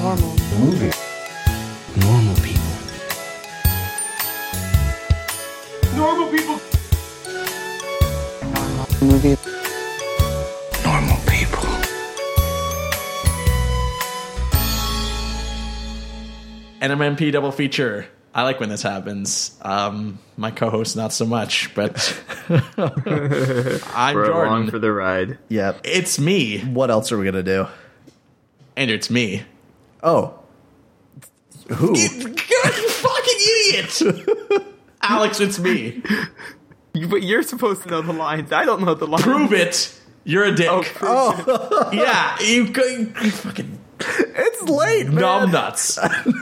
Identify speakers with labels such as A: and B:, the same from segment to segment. A: normal.
B: Movie.
C: Normal people.
B: Normal people.
A: Movie.
C: Normal people.
D: NMMP double feature. I like when this happens. Um, my co-host not so much, but I'm
E: We're along
D: Jordan.
E: for the ride.
F: Yep.
D: it's me,
F: What else are we gonna do?
D: and it's me.
F: Oh, who?
D: God, you fucking idiot, Alex. It's me.
E: You, but you're supposed to know the lines. I don't know the lines.
D: Prove it. You're a dick.
E: Oh, prove it.
D: Yeah, you, go- you fucking
F: It's late, man.
D: numb nuts. Andrew,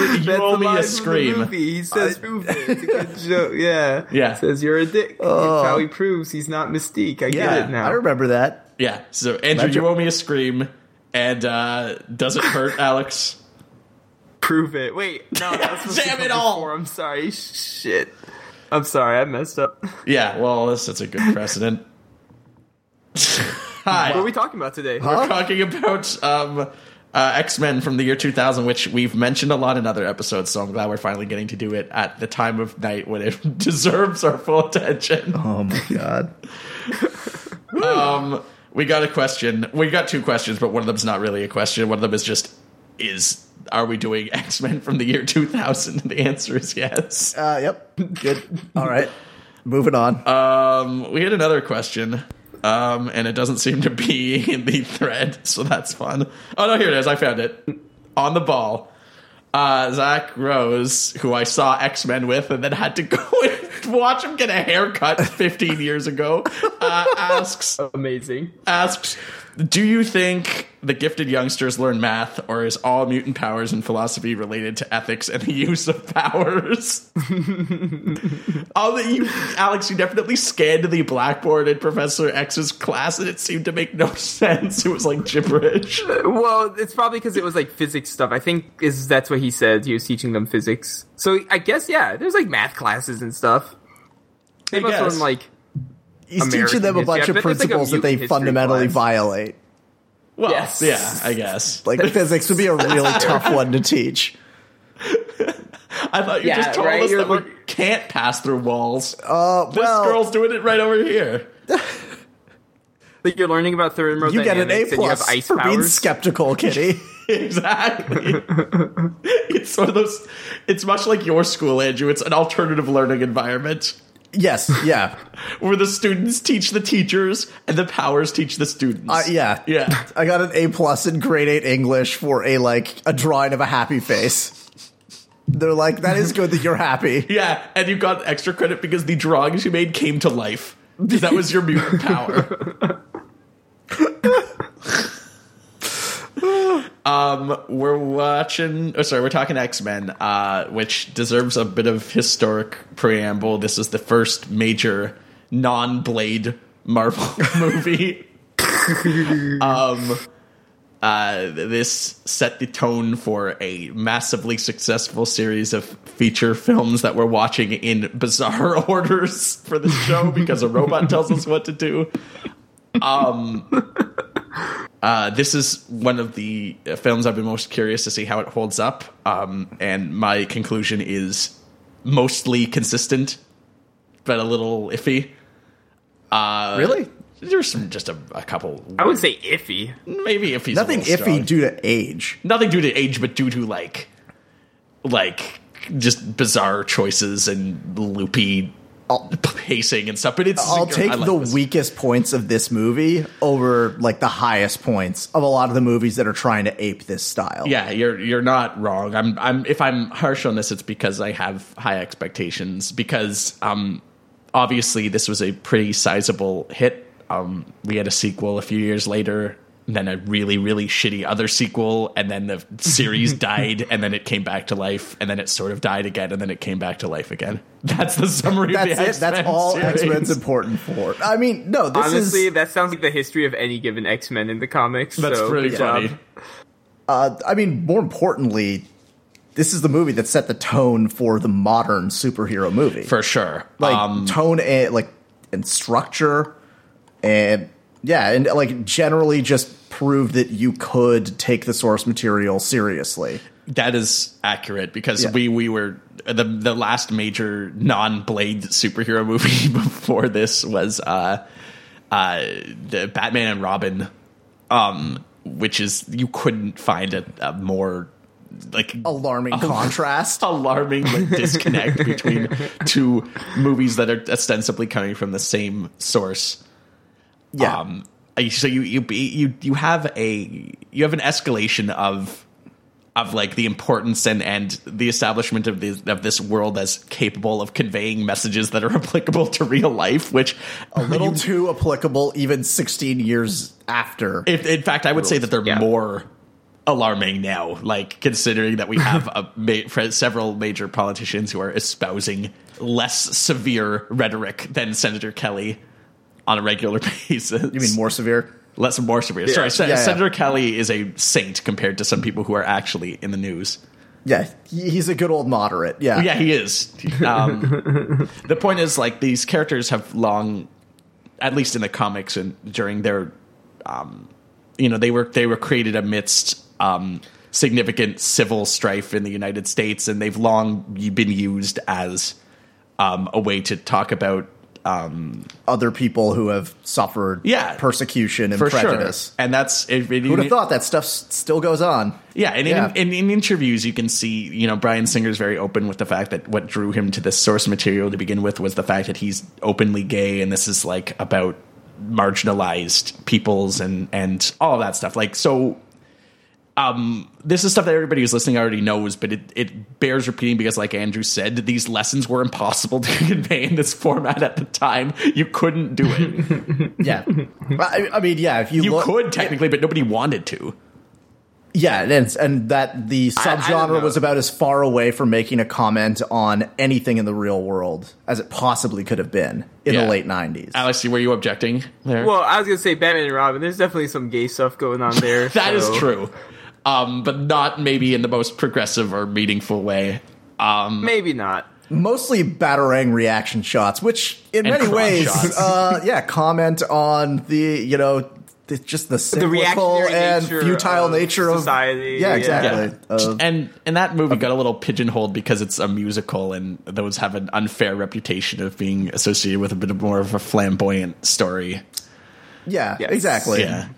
D: you
E: That's
D: owe
E: the
D: me
E: line
D: a
E: from the movie.
D: scream.
E: He says, "Prove it." It's a good joke. Yeah.
D: Yeah. Oh.
E: Says you're a dick. It's how he proves he's not Mystique. I
F: Yeah,
E: get it now.
F: I remember that.
D: Yeah. So Andrew,
F: That's
D: you
F: your-
D: owe me a scream. And uh, does it hurt, Alex?
E: Prove it. Wait. No. That's what
D: Damn
E: she
D: it
E: said
D: all.
E: before. I'm sorry. Shit. I'm sorry. I messed up.
D: Yeah, well, this is a good precedent.
E: What are
D: Hi.
E: we talking about today?
D: We're talking about um, uh, X Men from the year 2000, which we've mentioned a lot in other episodes, so I'm glad we're finally getting to do it at the time of night when it deserves our full attention.
F: Oh my god.
D: Um, we got a question. We got two questions, but one of them's not really a question. One of them is just, is. Are we doing X Men from the year 2000? The answer is yes.
F: Uh, yep. Good. All right. Moving on.
D: Um, we had another question, um, and it doesn't seem to be in the thread, so that's fun. Oh no, here it is. I found it on the ball. Uh, Zach Rose, who I saw X Men with, and then had to go and watch him get a haircut 15 years ago, uh, asks
E: Amazing.
D: asks, "Do you think the gifted youngsters learn math, or is all mutant powers and philosophy related to ethics and the use of powers?" all that you, Alex, you definitely scanned the blackboard in Professor X's class, and it seemed to make no sense. It was like gibberish.
E: Well, it's probably because it was like physics stuff. I think is that's what he said. He was teaching them physics. So I guess yeah, there's like math classes and stuff. They
D: I
E: must
D: guess.
E: learn like
F: He's
E: Uh, American
F: teaching them a
E: history. I
F: bunch of
E: bet there's, like, a
F: principles that
E: mutant
F: they
E: history
F: fundamentally
E: class.
F: violate.
D: Well,
E: Yes.
D: yeah, I guess.
F: Like physics would be a really tough one to teach.
D: I thought you
E: Yeah,
D: just told
E: right,
D: us
E: you're
D: that we
E: look-
D: can't pass through walls.
F: Uh,
D: this
F: well,
D: girl's doing it right over here.
E: like you're learning about thermodynamics.
F: you get an A
E: and you have
F: plus
E: ice
F: for being
E: powers.
F: skeptical, Kitty.
D: Exactly. it's one of those. It's much like your school, Andrew. It's an alternative learning environment
F: yes. Yeah.
D: where the students teach the teachers and the powers teach the students.
F: Uh, yeah.
D: Yeah.
F: I got an A plus in grade eight English for a like a drawing of a happy face. They're like, that is good that you're happy.
D: Yeah. And you got extra credit because the drawings you made came to life. 'Cause that was your mutant power. um, we're watching. Oh, sorry, we're talking X Men, uh, which deserves a bit of historic preamble. This is the first major non Blade Marvel movie. um, uh, this set the tone for a massively successful series of feature films that we're watching in bizarre orders for the show because a robot tells us what to do. Um, Uh, this is one of the uh, films I've been most curious to see how it holds up. Um, and my conclusion is mostly consistent, but a little iffy. Uh,
F: Really?
D: There's some, just a, a couple,
E: I would say iffy.
D: maybe iffy.
F: Nothing iffy due to age.
D: nothing due to age, but due to like, like just bizarre choices and loopy
F: I'll-
D: pacing and stuff. But it's
F: I'll take
D: I like
F: the
D: this.
F: weakest points of this movie over like the highest points of a lot of the movies that are trying to ape this style.
D: Yeah, you're you're not wrong. I'm I'm if I'm harsh on this, it's because I have high expectations. Because um, obviously this was a pretty sizable hit. Um, we had a sequel a few years later, and then a really really shitty other sequel, and then the series died, and then it came back to life, and then it sort of died again, and then it came back to life again. That's the summary.
F: That's
D: of the
F: it.
D: X-Men
F: That's all
D: series.
F: X Men's important for. I mean, no, this
E: Honestly,
F: is.
E: that sounds like the history of any given X Men in the comics.
D: That's
E: so
D: pretty
E: good
D: funny.
E: job.
F: Uh, I mean, more importantly, this is the movie that set the tone for the modern superhero movie.
D: for sure.
F: like
D: um,
F: tone and like and structure, and yeah, and like generally just proved that you could take the source material seriously.
D: That is accurate because
F: Yeah.
D: we we were the the last major non Blade superhero movie before this was uh uh the Batman and Robin, um which is you couldn't find a, a more like Oh,
F: Alarming contrast.
D: alarming like, disconnect between two movies that are ostensibly coming from the same source.
F: Yeah.
D: Um, I- so you you you you have a you have an escalation of of like the importance and and the establishment of this of this world as capable of conveying messages that are applicable to real life, which
F: a little too applicable even 16 years after.
D: If, in fact, I would say that they're
E: Yeah.
D: more alarming now. Like considering that we have a ma- fr- several major politicians who are espousing less severe rhetoric than Senator Kelly on a regular basis.
F: you mean more severe?
D: less more severe? Sorry, Sen-
F: Yeah, yeah.
D: Senator Kelly is a saint compared to some people who are actually in the news. Oh,
F: Yeah, he- he's a good old moderate. Yeah.
D: Yeah, he is. Um, the point is, like, these characters have long, at least in the comics and during their, um, you know, they were they were created amidst um, significant civil strife in the United States, and they've long been used as um, a way to talk about
F: Other people who have suffered
D: Yeah.
F: persecution and
D: for
F: prejudice.
D: sure. And that's if it,
F: Who'd have thought that stuff s- still goes on?
D: Yeah, and in,
F: Yeah.
D: In, in interviews, you can see, you know, Brian Singer's very open with the fact that what drew him to this source material to begin with was the fact that he's openly gay, and this is like about marginalized peoples and and all that stuff. Like, so um, this is stuff that everybody who's listening already knows, but it, it bears repeating because, like Andrew said, these lessons were impossible to convey in this format at the time. You couldn't do it.
F: Yeah. I, I mean, yeah, if you,
D: You
F: look.
D: could technically, but nobody wanted to.
F: Yeah, and, it's- and that the
E: I- I don't know.
F: subgenre was about as far away from making a comment on anything in the real world as it possibly could have been in
D: Yeah.
F: the late 90s.
D: Alex, were you objecting there?
E: Well, I was gonna say Batman and Robin. There's definitely some gay stuff going on there.
D: That is
E: so-
D: true. Um, but not maybe in the most progressive or meaningful way. Um,
E: Maybe not.
F: Mostly batarang reaction shots, which in
D: And
F: many
D: crotch
F: ways,
D: shots.
F: uh, yeah, comment on the, you know, the, just the cyclical
E: reactionary
F: and
E: nature
F: futile
E: of
F: nature of
E: society, yeah.
F: Yeah, exactly. Uh, Of-
D: and and that movie got a little pigeonholed because it's a musical, and those have an unfair reputation of being associated with a bit of more of a flamboyant story.
F: yeah,
E: Yes.
F: exactly.
D: Yeah,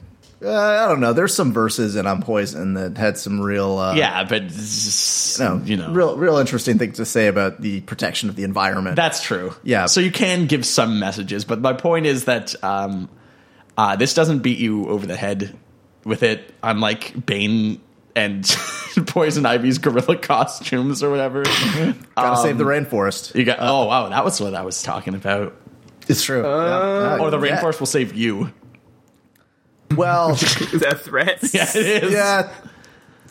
F: Uh, I don't know. There's some verses in I'm Poison that had some real. Uh,
D: yeah, but s-
F: No,
D: you know,
F: real, real interesting things to say about the protection of the environment.
D: that's true.
F: Yeah.
D: so you can give some messages, but my point is that um, uh, this doesn't beat you over the head with it, unlike Bane and Poison Ivy's gorilla costumes or whatever.
F: Gotta save the
D: um,
F: rainforest.
D: You got oh wow, that was what I was talking about.
F: It's true.
E: Uh,
F: Yeah.
D: Or the
F: Yeah.
D: rainforest will save you.
F: Well,
E: Is that a threat?
D: Yeah, it is.
F: yeah.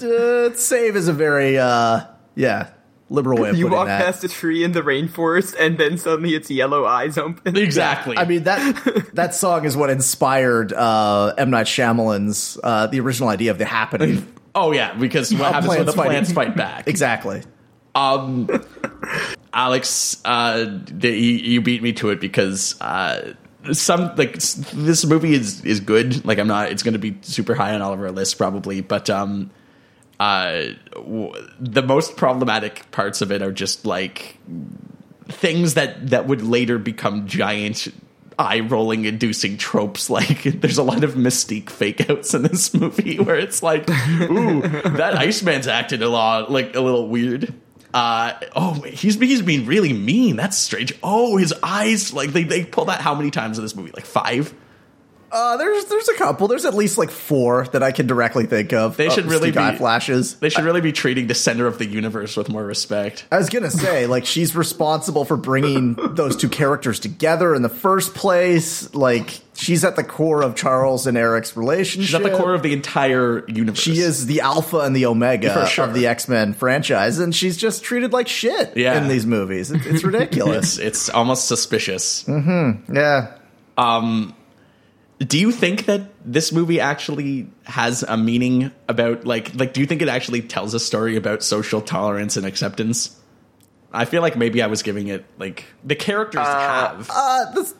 F: Uh, save is a very uh, yeah liberal way of
E: You
F: putting
E: walk
F: that.
E: past a tree in the rainforest, and then suddenly its yellow eyes open.
D: exactly.
F: I mean that that song is what inspired uh, M Night Shyamalan's uh, the original idea of the happening.
D: oh yeah, because what happens when
F: plants
D: the
F: fight.
D: plants fight back?
F: exactly.
D: Um, Alex, uh, the, you, you beat me to it because uh, some like s- this movie is is good. Like I'm not. It's going to be super high on all of our lists probably, but um, uh, w- the most problematic parts of it are just like things that that would later become giant eye rolling inducing tropes like there's a lot of mystique fake outs in this movie where it's like ooh that iceman's acted a lot like a little weird uh oh wait, he's he's being really mean that's strange oh his eyes like they, they pull that how many times in this movie like five
F: Uh, there's there's a couple. There's at least like four that I can directly think of.
D: They
F: Uh,
D: should really
F: mystic eye
D: be-
F: flashes.
D: they should really be treating the center of the universe with more respect
F: I was gonna say, like, she's responsible for bringing those two characters together in the first place. Like, she's at the core of Charles and Eric's relationship.
D: she's at the core of the entire universe
F: she is the alpha and the omega
D: For sure.
F: of the X Men franchise, and she's just treated like shit
D: Yeah.
F: in these movies. It, it's ridiculous.
D: it's it's almost suspicious
F: yeah,
D: do you think that this movie actually has a meaning about like like do you think it actually tells a story about social tolerance and acceptance i feel like maybe i was giving it like the characters have
F: uh, this,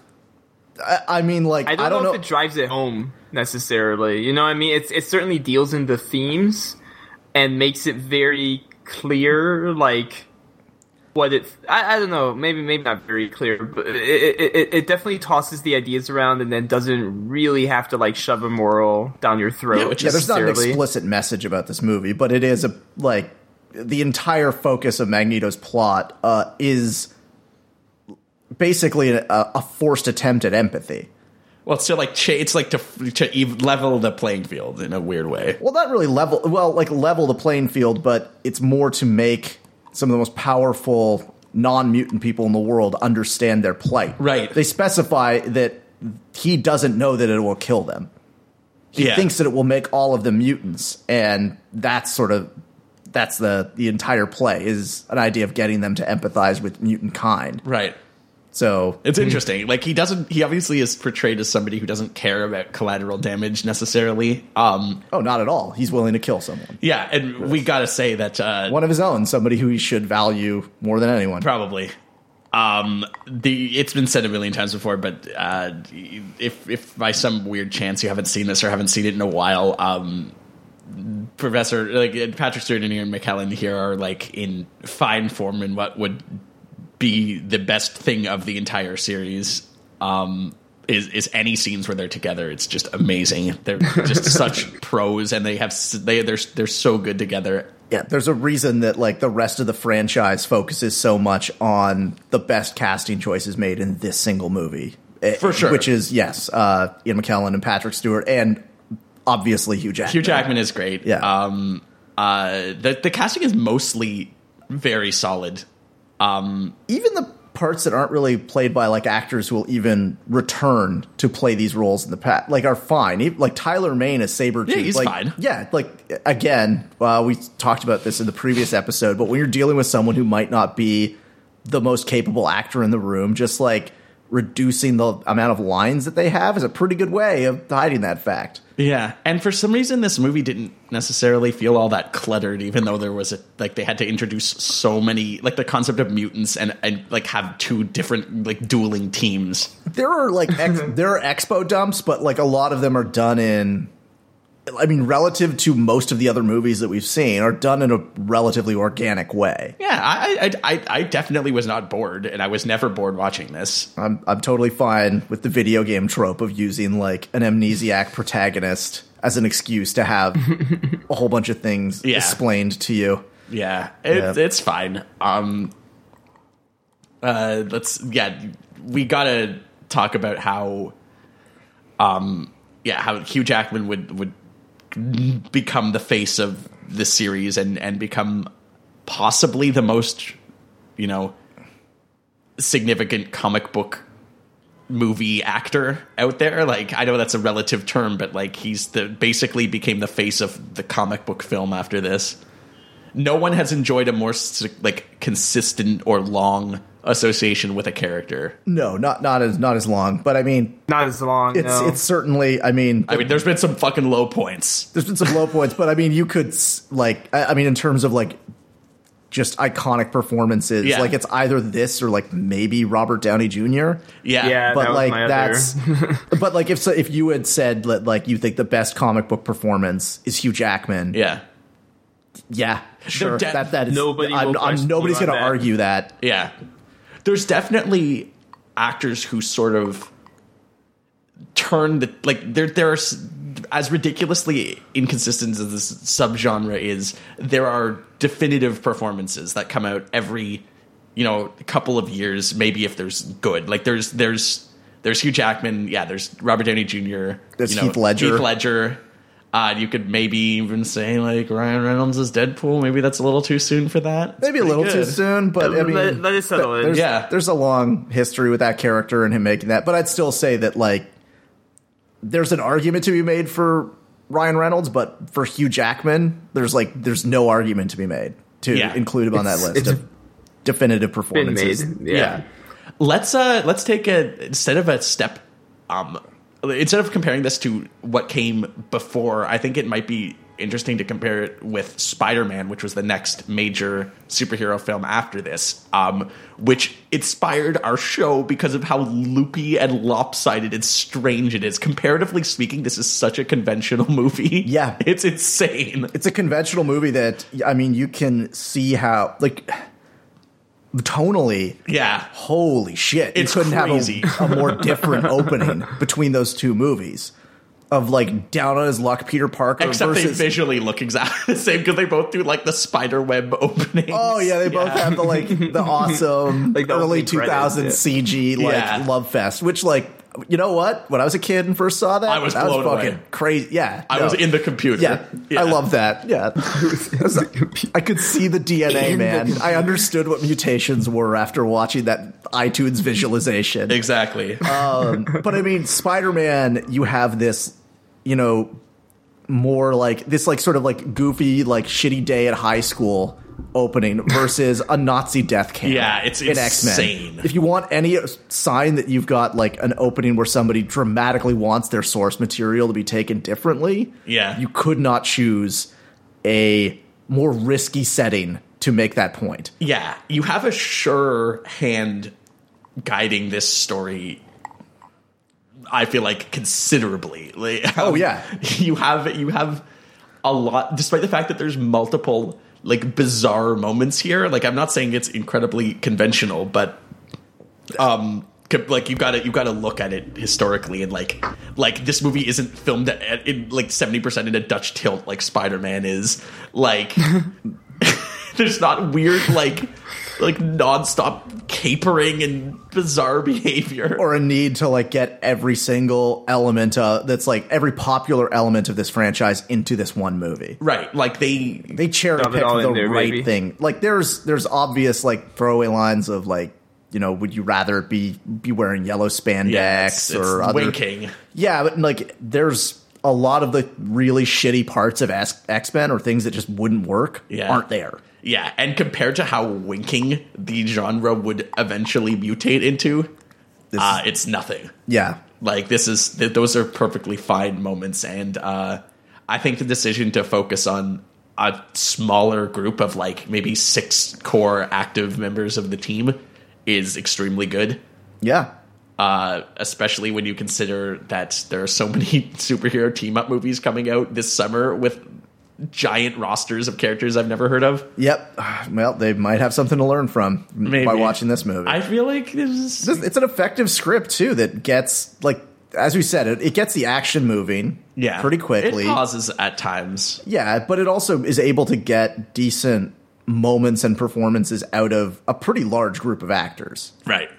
F: I, I mean, like
E: I don't, know, if it
F: know.
E: drives it home necessarily. You know, what I mean, it's it certainly deals in the themes and makes it very clear, like what it. I, I don't know, maybe maybe not very clear, but it, it it- it definitely tosses the ideas around and then doesn't really have to like shove a moral down your throat.
D: which
F: yeah, there's not an
E: necessarily.
F: explicit message about this movie, but it is a like the entire focus of Magneto's plot uh, is basically a, a forced attempt at empathy.
D: Well, it's to like cha- it's like to to ev- level the playing field in a weird way.
F: Well, not really level. Well, like level the playing field, but it's more to make some of the most powerful non-mutant people in the world understand their plight.
D: Right.
F: They specify that he doesn't know that it will kill them. He
D: Yeah.
F: thinks that it will make all of them mutants, and that's sort of that's the the entire play is an idea of getting them to empathize with mutant kind.
D: Right.
F: So
D: It's interesting. Like he doesn't. He obviously is portrayed as somebody who doesn't care about collateral damage necessarily. Um.
F: oh, not at all. He's willing to kill someone.
D: Yeah, and we gotta say that uh,
F: One of his own, somebody who he should value more than anyone.
D: probably. Um, the it's been said a million times before, but uh, if if by some weird chance you haven't seen this or haven't seen it in a while, um, Professor like Patrick Stewart and Ian McKellen here are like in fine form in what would be the best thing of the entire series. Um, is is any scenes where they're together? It's just amazing. They're just such pros, and they have s- they they're they're so good together.
F: Yeah, there's a reason that like the rest of the franchise focuses so much on the best casting choices made in this single movie. Eh,
D: For sure.
F: Which is yes, uh Ian McKellen and Patrick Stewart and obviously Hugh Jackman.
D: Hugh Jackman is great.
F: Yeah.
D: Um, uh, the the casting is mostly very solid. Um,
F: Even the parts that aren't really played by like actors who will even return to play these roles in the past like are fine. Even, like Tyler Maine as Saber
D: Yeah, he's
F: like,
D: fine.
F: Yeah, like again, uh, we talked about this in the previous episode, but when you're dealing with someone who might not be the most capable actor in the room, just like reducing the amount of lines that they have is a pretty good way of hiding that fact.
D: yeah. And for some reason, this movie didn't necessarily feel all that cluttered, even though there was a, like they had to introduce so many like the concept of mutants and and like have two different like dueling teams.
F: There are like ex- there are expo dumps, but like a lot of them are done in. I mean, relative to most of the other movies that we've seen, are done in a relatively organic way.
D: Yeah, I I I, I definitely was not bored, and I was never bored watching this.
F: I'm I'm totally fine with the video game trope of using like an amnesiac protagonist as an excuse to have a whole bunch of things
D: Yeah.
F: explained to you.
D: Yeah, it,
F: Yeah.
D: it's fine. Um, uh, let's yeah, we gotta talk about how, um, yeah, how Hugh Jackman would would become the face of the series and and become possibly the most, you know, significant comic book movie actor out there like i know that's a relative term but like he's the basically became the face of the comic book film after this no one has enjoyed a more s- like consistent or long association with a character.
F: No, not not as not as long, but I mean,
E: not as long.
F: it's
E: no.
F: it's certainly. I mean,
D: I mean, there's been some fucking low points.
F: there's been some low points, but I mean, you could s- like, I, I mean, in terms of like just iconic performances,
D: Yeah.
F: like it's either this or like maybe Robert Downey Jr.
D: Yeah,
E: Yeah. that
F: But
E: was
F: like
E: my other-
F: that's, but like if so, if you had said that like you think the best comic book performance is Hugh Jackman,
D: yeah,
F: yeah, sure,
D: de-
F: that that is
E: nobody will
F: I'm, I'm-
E: question
F: nobody's
E: you on
F: going to
E: that.
F: argue that.
D: yeah. There's definitely actors who sort of turn the like there there are s- as ridiculously inconsistent as this subgenre is there are definitive performances that come out every you know couple of years maybe if there's good like there's there's there's Hugh Jackman yeah there's Robert Downey Jr.
F: There's
D: you
F: Heath Ledger.
D: Heath Ledger uh, you could maybe even say like Ryan Reynolds is Deadpool maybe that's a little too soon for that
F: Maybe a
D: It's
F: little
D: pretty
F: too
D: good.
F: soon, but I mean,
E: let, let it settle in.
F: there's,
D: Yeah.
F: there's a long history with that character and him making that. But I'd still say that like there's an argument to be made for Ryan Reynolds, but for Hugh Jackman, there's like there's no argument to be made to
D: Yeah.
F: include him on that
E: It's-
F: list
E: it's
F: of
E: been
F: definitive
E: made.
F: performances.
E: yeah.
D: Let's uh let's take a instead of a step um instead of comparing this to what came before, I think it might be interesting to compare it with Spider-Man, which was the next major superhero film after this, um, which inspired our show because of how loopy and lopsided and strange it is. Comparatively speaking, this is such a conventional movie.
F: Yeah.
D: it's insane.
F: it's a conventional movie that I mean you can see how like tonally
D: Yeah,
F: holy shit
D: It's
F: you couldn't
D: crazy.
F: have a, a more different opening between those two movies of like down on his luck Peter Parker
D: except
F: versus
D: they visually look exactly the same because they both do like the spider web opening.
F: oh yeah they both have the like the awesome
E: Like the
F: early
E: opening
F: 2000s
E: credits,
F: CG like
D: Yeah.
F: love fest which like you know what when I was a kid and first saw that
D: I was
F: that
D: blown away.
F: fucking crazy yeah
D: I
F: no.
D: was in the computer.
F: Yeah, I love that. Yeah, I could see the DNA, man. I understood what mutations were after watching that iTunes visualization.
D: exactly.
F: Um, but I mean, Spider Man, you have this, you know, more like this, like sort of like goofy, like shitty day at high school opening versus a Nazi death camp.
D: Yeah, it's
F: in
D: insane.
F: If you want any sign that you've got like an opening where somebody dramatically wants their source material to be taken differently,
D: Yeah.
F: you could not choose a more risky setting to make that point.
D: yeah, you have a sure hand guiding this story. I feel like considerably. Like,
F: Oh, yeah.
D: you have you have a lot. Despite the fact that there's multiple like bizarre moments here. Like I'm not saying it's incredibly conventional, but um, co- like you got to you got to look at it historically and like like this movie isn't filmed at, in like seventy percent in a Dutch tilt like Spider Man is. Like there's not weird like like nonstop capering and bizarre behavior.
F: or a need to like get every single element uh, that's like every popular element of this franchise into this one movie.
D: right, like they
F: They cherry
E: Shove it
F: picked
E: all in
F: the
E: there,
F: right
E: baby.
F: thing. Like there's there's obvious like throwaway lines of like you know would you rather be be wearing yellow spandex
D: yeah, it's, it's
F: or other
D: winking.
F: yeah, but like there's a lot of the really shitty parts of X Men or things that just wouldn't work
D: Yeah.
F: aren't there.
D: Yeah, and compared to how winking the genre would eventually mutate into,
F: This
D: uh,
F: is,
D: it's nothing.
F: yeah,
D: Like this is th- those are perfectly fine moments, and uh, I think the decision to focus on a smaller group of like maybe six core active members of the team is extremely good.
F: yeah.
D: Uh, especially when you consider that there are so many superhero team up movies coming out this summer with giant rosters of characters I've never heard of.
F: Yep. Well, they might have something to learn from
D: Maybe.
F: by watching this movie.
D: I feel like this is
F: It's- it's an effective script too that gets like as we said it, it gets the action moving
D: yeah
F: pretty quickly
D: It pauses at times.
F: yeah but it also is able to get decent moments and performances out of a pretty large group of actors
D: Right.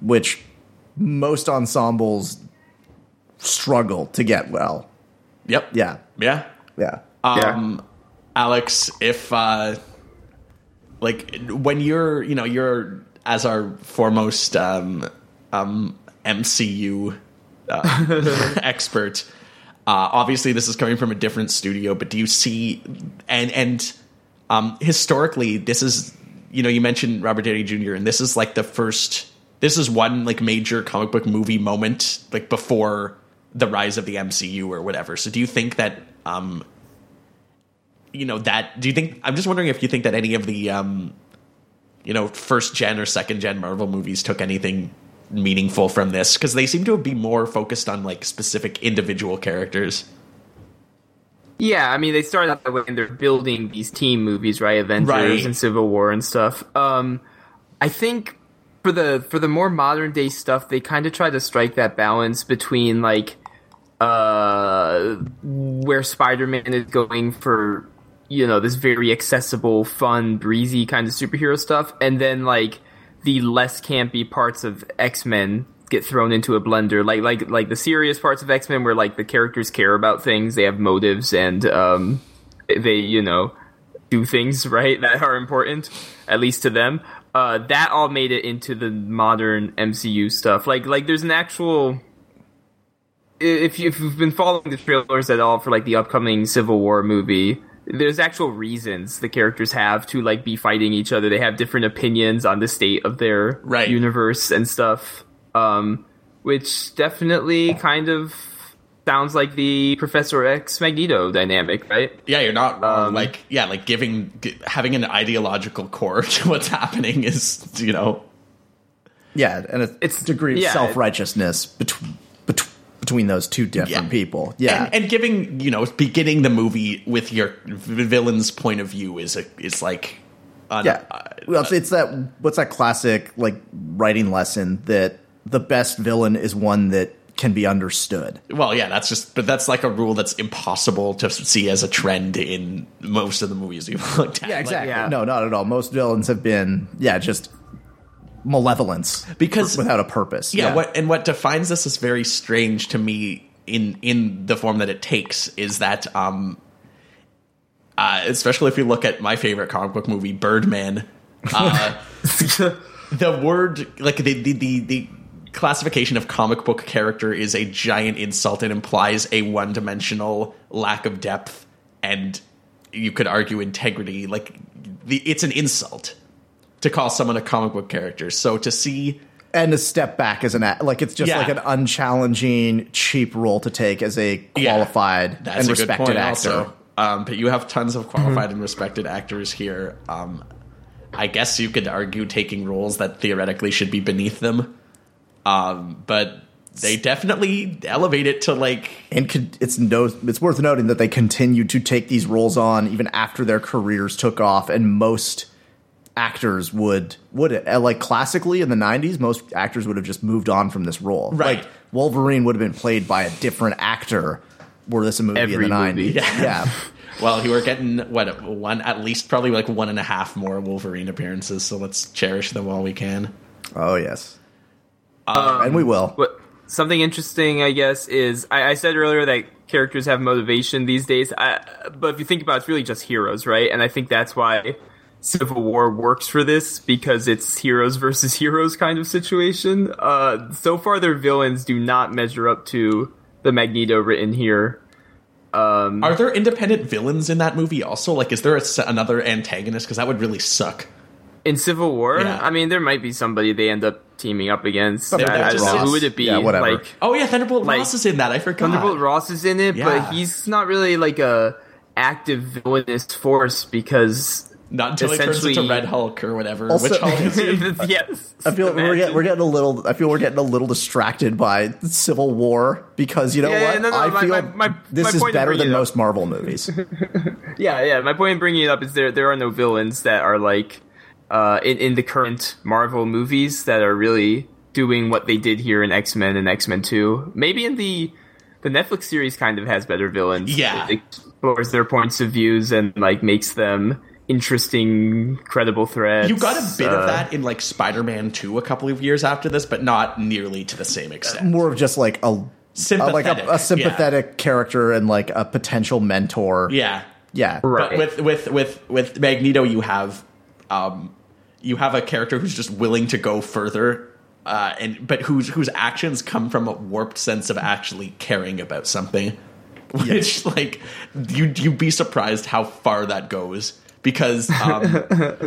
F: which most ensembles struggle to get well
D: Yep.
F: yeah
D: Yeah.
F: yeah
D: um alex if uh like when you're you know you're as our foremost um um mcu uh, expert uh obviously this is coming from a different studio but do you see and and um historically this is you know you mentioned robert downey jr and this is like the first this is one like major comic book movie moment like before the rise of the mcu or whatever so do you think that um you know that do you think i'm just wondering if you think that any of the um you know first gen or second gen marvel movies took anything meaningful from this because they seem to be more focused on like specific individual characters
E: Yeah, I mean, they started out that way, and they're building these team movies, right? Avengers
D: Right.
E: and Civil War and stuff. Um, I think for the for the more modern day stuff, they kind of try to strike that balance between like uh, where Spider Man is going for you know this very accessible, fun, breezy kind of superhero stuff, and then like the less campy parts of X Men get thrown into a blender, like like like the serious parts of X Men where like the characters care about things, they have motives, and um, they you know do things right that are important, at least to them. Uh, that all made it into the modern MCU stuff. Like like there's an actual if, you, if you've been following the trailers at all for like the upcoming Civil War movie, there's actual reasons the characters have to like be fighting each other. They have different opinions on the state of their
D: Right.
E: universe and stuff, um, which definitely kind of sounds like the Professor X Magneto dynamic, right?
D: Yeah, you're not wrong. Um, like, yeah, like giving g- having an ideological core to what's happening is, you know,
F: Yeah, and a
E: It's-
F: it's degree of
E: yeah, it-
F: self righteousness between between those two different
D: Yeah.
F: people. Yeah,
D: and, and giving you know beginning the movie with your v- villain's point of view is a, is like, an-
F: yeah.
D: uh,
F: well, it's, it's that what's that classic like writing lesson that the best villain is one that can be understood.
D: well, yeah, that's just, but that's like a rule that's impossible to see as a trend in most of the movies you've looked at. Like,
E: yeah.
F: No, not at all. Most villains have been yeah, just malevolence
D: Because-
F: for- without a purpose.
D: yeah, What, and what defines this is very strange to me in in the form that it takes is that um uh, especially if you look at my favorite comic book movie birdman uh, the word like the, the the the classification of comic book character is a giant insult and implies a one-dimensional lack of depth and you could argue integrity like the, it's an insult to call someone a comic book character so to see
F: and a step back as an act. Like it's just
D: Yeah.
F: like an unchallenging, cheap role to take as a
D: Yeah.
F: qualified
D: That's
F: and
D: a good
F: respected
D: point
F: actor.
D: Also. Um, but you have tons of qualified and respected actors here. Um, I guess you could argue taking roles that theoretically should be beneath them, um, but they definitely elevate it to like
F: And con- it's no, it's worth noting that they continued to take these roles on even after their careers took off, and most actors would would uh, like classically in the 90s most actors would have just moved on from this role
D: Right.
F: like wolverine would have been played by a different actor were this a movie
E: Every
F: in the 90s
E: movie.
F: yeah
D: well, you were getting what one at least probably like one and a half more Wolverine appearances. So let's cherish them while we can.
F: oh yes and we will
E: Um, But something interesting, I guess, is I, I said earlier that characters have motivation these days. I, but if you think about it, it's really just heroes, right? And I think that's why Civil War works for this because it's heroes versus heroes kind of situation. Uh, so far, their villains do not measure up to the Magneto written here.
D: Are there independent villains in that movie also? Like, is there a s another antagonist? Because that would really suck.
E: In Civil War,
D: Yeah.
E: I mean, there might be somebody they end up teaming up against. I,
F: Something
E: I
D: like
E: don't know.
D: Ross.
E: Who would it be?
F: Yeah, whatever.
E: Like,
D: Oh yeah, Thunderbolt
E: Like,
D: Ross is in that. I forgot.
E: Thunderbolt Ross is in it,
D: Yeah.
E: but he's not really like a active villainous force because
D: Not until he turns
E: Essentially-
D: into Red Hulk or whatever.
F: Also-
D: which Hulk is he?
E: yes,
F: I feel we're
E: imagine.
F: getting, we're getting a little. I feel we're getting a little distracted by Civil War because you know
E: Yeah, yeah,
F: what?
E: no, no,
F: I
E: my-
F: feel
E: my- my-
F: this
E: my
F: is
E: point of
F: better
E: bringing
F: than
E: it up-
F: most Marvel movies.
E: yeah, yeah. My point in bringing it up is there there are no villains that are like uh, in in the current Marvel movies that are really doing what they did here in X Men and X Men Two. Maybe in the the Netflix series kind of has better villains.
D: Yeah.
E: it explores their points of views and like makes them interesting, credible threats.
D: You got a bit
E: Uh,
D: of that in like Spider-Man 2 a couple of years after this, but not nearly to the same extent.
F: More of just like a, a Uh,
D: Sympathetic,
F: like a,
D: yeah.
F: a sympathetic character and like a potential mentor.
D: Yeah.
F: yeah.
E: Right.
D: But with with with with Magneto you have um you have a character who's just willing to go further uh and but whose whose actions come from a warped sense of actually caring about something. Which like you you'd be surprised how far that goes because um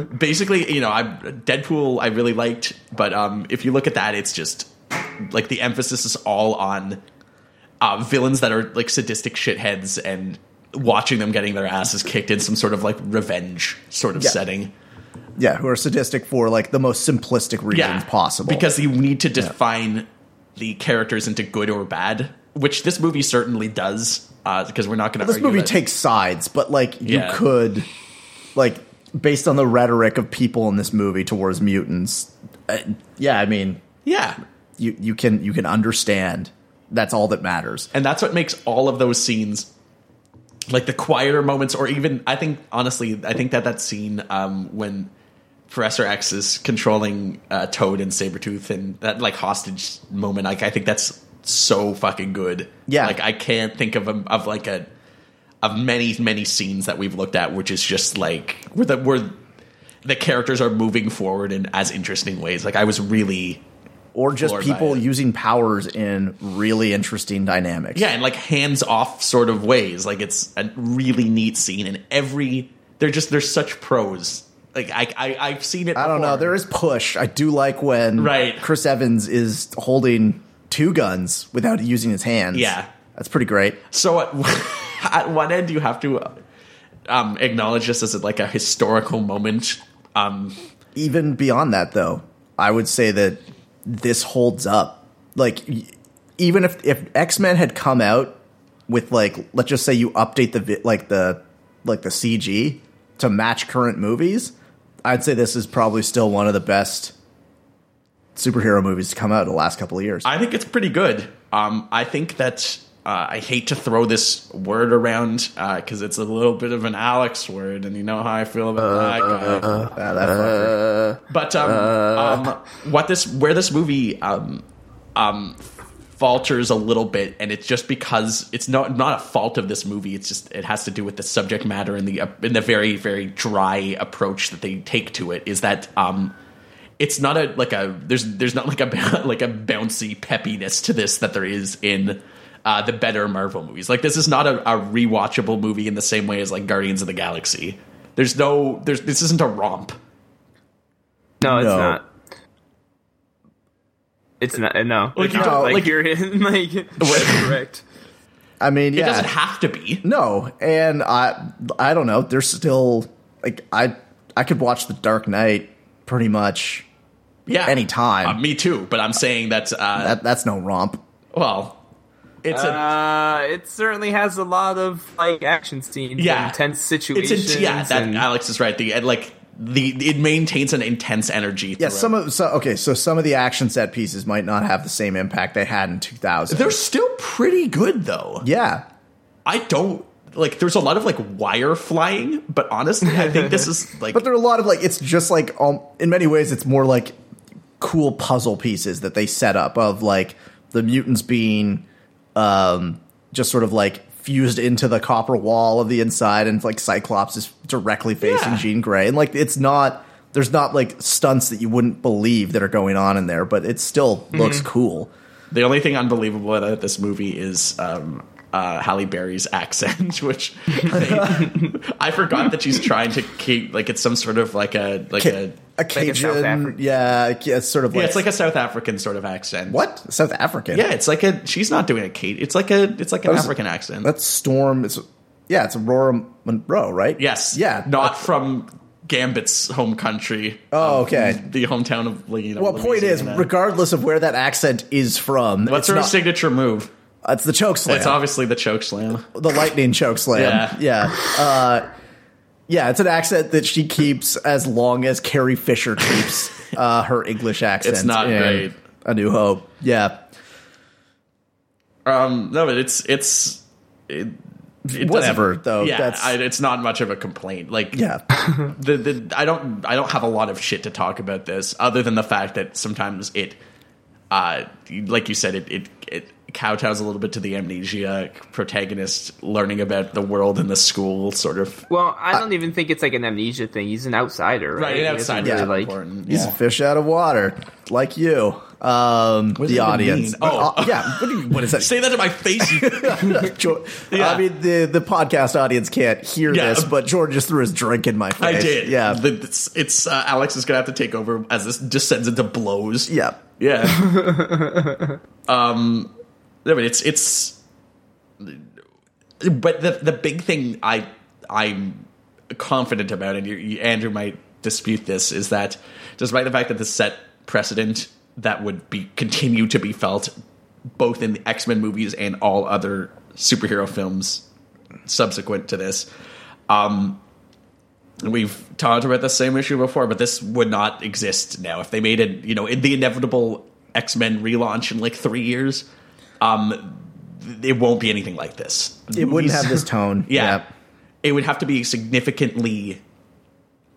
D: basically, you know, I Deadpool I really liked, but um, if you look at that, it's just like the emphasis is all on uh, villains that are like sadistic shitheads and watching them getting their asses kicked in some sort of like revenge sort of
F: Yeah.
D: setting.
F: yeah, who are sadistic for like the most simplistic reasons possible.
D: Because you need to define the characters into good or bad, which this movie certainly does. Uh, because we're not going to.
F: this movie takes sides, but like you
D: Yeah.
F: could, like based on the rhetoric of people in this movie towards mutants. Uh, yeah, I mean,
D: Yeah,
F: you you can you can understand. That's all that matters.
D: And that's what makes all of those scenes like the quieter moments or even I think honestly I think that that scene um when Professor X is controlling uh, Toad and Sabretooth and that like hostage moment like I think that's so fucking good.
F: Yeah.
D: Like I can't think of a, of like a of many many scenes that we've looked at which is just like where the where the characters are moving forward in as interesting ways. Like I was really
F: or just
D: floored by
F: people
D: it.
F: using powers in really interesting dynamics.
D: yeah, in like hands off sort of ways. Like it's a really neat scene, and every they're just they're such pros. Like I, I I've seen it.
F: I don't know. There is push. I do like when
D: Right.
F: Chris Evans is holding two guns without using his hands.
D: Yeah.
F: That's pretty great.
D: So at, at one end, you have to um, acknowledge this as like a historical moment. Um,
F: Even beyond that, though, I would say that this holds up. Like, y- even if if X Men had come out with like, let's just say you update the vi- like the like the CG to match current movies, I'd say this is probably still one of the best superhero movies to come out in the last couple of years.
D: I think it's pretty good. Um, I think that uh, I hate to throw this word around because it's a little bit of an Alex word, and you know how I feel about that. guy.
F: Ah, that fucker.
D: But um, um, what this where this movie um, um, falters a little bit, and it's just because it's not not a fault of this movie. It's just it has to do with the subject matter and the uh, and the very very dry approach that they take to it. Is that um, it's not a like a there's there's not like a like a bouncy peppiness to this that there is in. Uh, the better Marvel movies, like this, is not a, a rewatchable movie in the same way as like Guardians of the Galaxy. There's no, there's this isn't a romp.
E: No, it's
F: No.
E: not. It's not. No,
D: Like,
E: It's
D: you
E: not.
F: don't-
E: like,
D: like-
E: you're in. Like correct.
F: I mean, yeah,
D: It doesn't have to be.
F: No, and I I don't know. There's still like I I could watch The Dark Knight pretty much.
D: Yeah,
F: Anytime.
D: Uh, me too. But I'm saying that. Uh,
F: That that's no romp.
D: well, it's a
E: Uh, it certainly has a lot of like action scenes,
D: Yeah.
E: and tense situations.
D: it's a yeah. That
E: and-
D: Alex is right. The and, like the it maintains an intense energy.
F: Yeah,
D: throughout.
F: some of so okay, so some of the action set pieces might not have the same impact they had in 2000.
D: they're still pretty good though.
F: yeah.
D: I don't like. There's a lot of like wire flying, but honestly, I think this is like.
F: But there are a lot of like it's just like um, in many ways it's more like cool puzzle pieces that they set up of like the mutants being um just sort of like fused into the copper wall of the inside and like Cyclops is directly facing
D: Yeah.
F: Jean Grey and like it's not there's not like stunts that you wouldn't believe that are going on in there but it still
D: Mm-hmm.
F: looks cool.
D: The only thing unbelievable about this movie is um, uh, Halle Berry's accent, which they, I forgot that she's trying to keep like it's some sort of like a like
F: Ca- a
E: a South
F: Cajun,
E: African-
F: yeah, it's sort of
D: a
F: like,
D: yeah, it's like a South African sort of accent.
F: what South African?
D: Yeah, it's like a she's not doing a Kate. It's like a it's like an
F: was-
D: African accent.
F: that's Storm. It's yeah, it's Aurora Monroe, right?
D: yes.
F: yeah,
D: Not from Gambit's home country.
F: Oh, okay.
D: The hometown of like, you know,
F: Well, point is,
D: Louisiana.
F: regardless of where that accent is from,
D: what's
F: it's,
D: her
F: not-
D: signature move?
F: it's the choke slam,
D: It's obviously the choke slam.
F: the lightning choke slam. Yeah, yeah. Uh, yeah, it's an accent that she keeps as long as Carrie Fisher keeps uh, her English accent.
D: not
F: in
D: great.
F: A New Hope. Yeah,
D: Um, no, but it's it's it, it
F: Whatever,
D: doesn't-
F: though.
D: Yeah,
F: That's-
D: I, it's not much of a complaint. Like
F: yeah.
D: the, the I don't I don't have a lot of shit to talk about this other than the fact that sometimes it uh like you said it it, it kowtows a little bit to the amnesia protagonist learning about the world and the school sort of
E: well, I don't even think it's like an amnesia thing. He's an outsider, right?
D: right
E: He
D: and
E: doesn't
D: outside
E: really,
D: yeah,
E: like-
D: important.
F: He's
D: yeah.
F: a fish out of water, like you. Um,
D: does that
F: the
D: even
F: audience.
D: mean? Oh.
F: Uh, yeah. What, do you, what is that?
D: Say that to my face. you-
F: Jo-
D: Yeah.
F: I mean, the the podcast audience can't hear
D: Yeah.
F: this, but George just threw his drink in my
D: I
F: face.
D: did.
F: Yeah.
D: The- it's, it's uh, Alex is gonna have to take over as this descends into blows.
F: yeah.
D: Yeah. um, no, but it's it's. But the the big thing I I'm confident about, and you, you, Andrew might dispute this, is that despite the fact that this set precedent that would be continue to be felt both in the X Men movies and all other superhero films subsequent to this, um, we've talked about the same issue before, but this would not exist now if they made it. You know, in the inevitable X Men relaunch in like three years, um, th- it won't be anything like this.
F: It wouldn't have this tone.
D: Yeah, it would have to be significantly,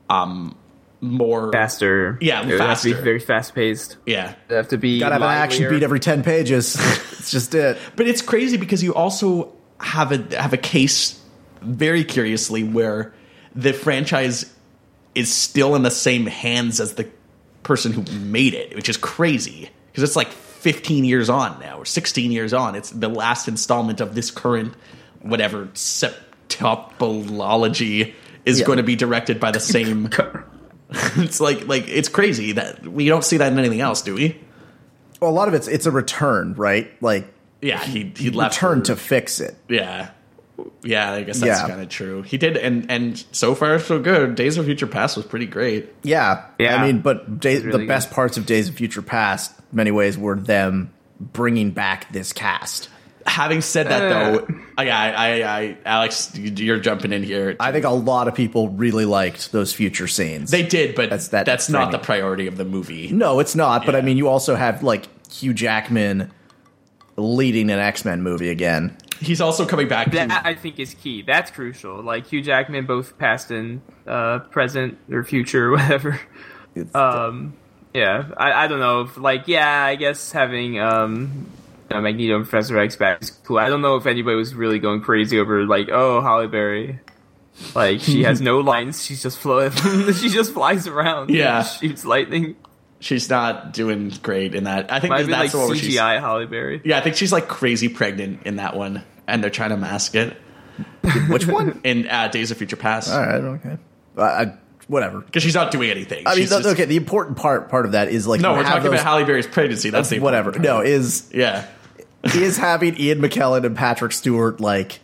D: um, more
E: faster.
D: Yeah,
E: it would have to be
D: faster.
E: very fast paced.
D: Yeah,
E: It'd have to be
F: Gotta have an action
E: livelier.
F: beat every 10 pages. it's just it.
D: but it's crazy because you also have a have a case very curiously where the franchise is still in the same hands as the person who made it, which is crazy because it's like 15 years on now or 16 years on. It's the last installment of this current whatever septopology is
F: Yeah.
D: going to be directed by the same. it's like like it's crazy that we don't see that in anything else, do we?
F: Well, a lot of it's it's a return, right? Like
D: yeah, he he left
F: Return
D: her-
F: to fix it.
D: yeah. Yeah, I guess that's
F: Yeah.
D: kind of true. He did, and and so far so good. Days of Future Past was pretty great.
F: Yeah,
E: Yeah.
F: I mean, but day,
E: really
F: the best parts of Days of Future Past, many ways, were them bringing back this cast.
D: Having said that,
E: Uh.
D: though, I, I, I, I, Alex, you- you're jumping in here.
F: I think a lot of people really liked those future scenes.
D: they did, but that's,
F: That's- that-
D: that's not
F: framing.
D: the priority of the movie.
F: no, it's not. But I
D: Yeah.
F: mean, you also have like Hugh Jackman leading an X Men movie again.
D: He's also coming back.
E: That
D: to,
E: I think is key. That's crucial. Like Hugh Jackman, both past and uh, present or future, whatever.
F: It's-
E: Um, yeah, I, I don't know. If, like, yeah, I guess having um, you know, Magneto and Professor X back is cool. I don't know if anybody was really going crazy over like, oh, Holly Berry. Like she has no lines. She's just floating. she just flies around.
D: Yeah.
E: shoots lightning.
D: she's not doing great in that. I think
E: Might
D: that's
E: be like
D: the one where she's.
E: CGI Holly Berry.
D: Yeah, I think she's like crazy pregnant in that one, and they're trying to mask it
F: Which one?
D: in uh, Days of Future Past
F: All
D: because
F: right, okay, uh, I, whatever.
D: she's not doing anything.
F: I mean,
D: She's
F: the-
D: just-
F: okay. The important part part of that is like
D: No,
F: you
D: we're
F: have
D: talking
F: those-
D: about Halle Berry's pregnancy. That's the important
F: whatever.
D: part.
F: No, is
D: yeah,
F: is having Ian McKellen and Patrick Stewart like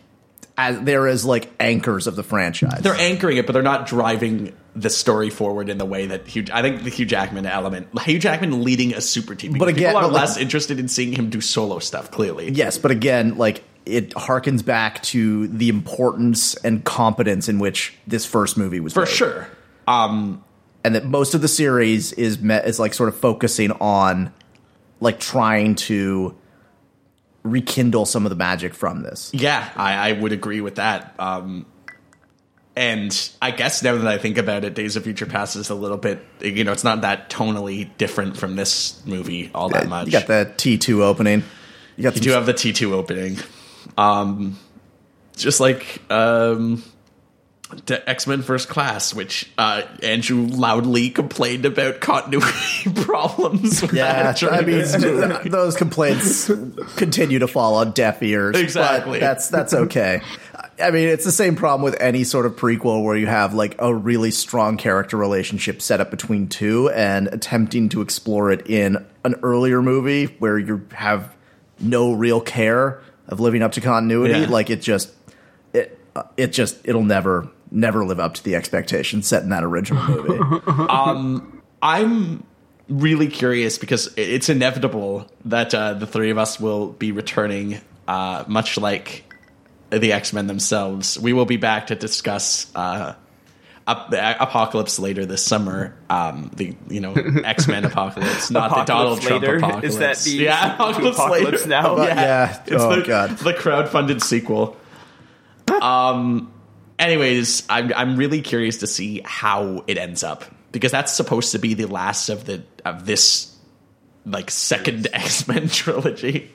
F: as there is like anchors of the franchise.
D: they're anchoring it, but they're not driving the story forward in the way that Hugh. I think the Hugh Jackman element, Hugh Jackman leading a super team, because
F: But again,
D: people are
F: but like-
D: less interested in seeing him do solo stuff. Clearly,
F: yes, but again, like it harkens back to the importance and competence in which this first movie was
D: for
F: made.
D: sure.
F: and that most of the series is met is like sort of focusing on like trying to rekindle some of the magic from this.
D: Yeah, I, I would agree with that. Um, and I guess now that I think about it, Days of Future Past is a little bit, you know, it's not that tonally different from this movie all that much.
F: You got the T two opening. You got
D: You
F: some
D: do have the T2 opening. Um, just like um, the X Men First Class, which uh, Andrew loudly complained about continuity problems. with
F: Yeah,
D: that during
F: I mean,
D: this movie.
F: th- those complaints continue to fall on deaf ears. but
D: Exactly.
F: that's that's okay. I mean, it's the same problem with any sort of prequel where you have like a really strong character relationship set up between two, and attempting to explore it in an earlier movie where you have no real care of living up to continuity.
D: Yeah.
F: Like it just it uh, it just it'll never never live up to the expectations set in that original movie.
D: I'm really curious because i- it's inevitable that uh, the three of us will be returning, uh, much like the X Men themselves. We will be back to discuss uh, ap- a- apocalypse later this summer. Um, the you know X Men apocalypse, not the Donald
E: Apocalypse
D: Trump
E: later?
D: apocalypce.
E: Is that the
D: yeah,
E: sequel to
D: apocalypse,
E: Apocalypse
D: later
E: Now?
F: About- yeah.
D: it's
F: Oh,
D: the,
F: God.
D: the crowdfunded sequel. Um. Anyways, I'm I'm really curious to see how it ends up because that's supposed to be the last of the of this like second X Men trilogy.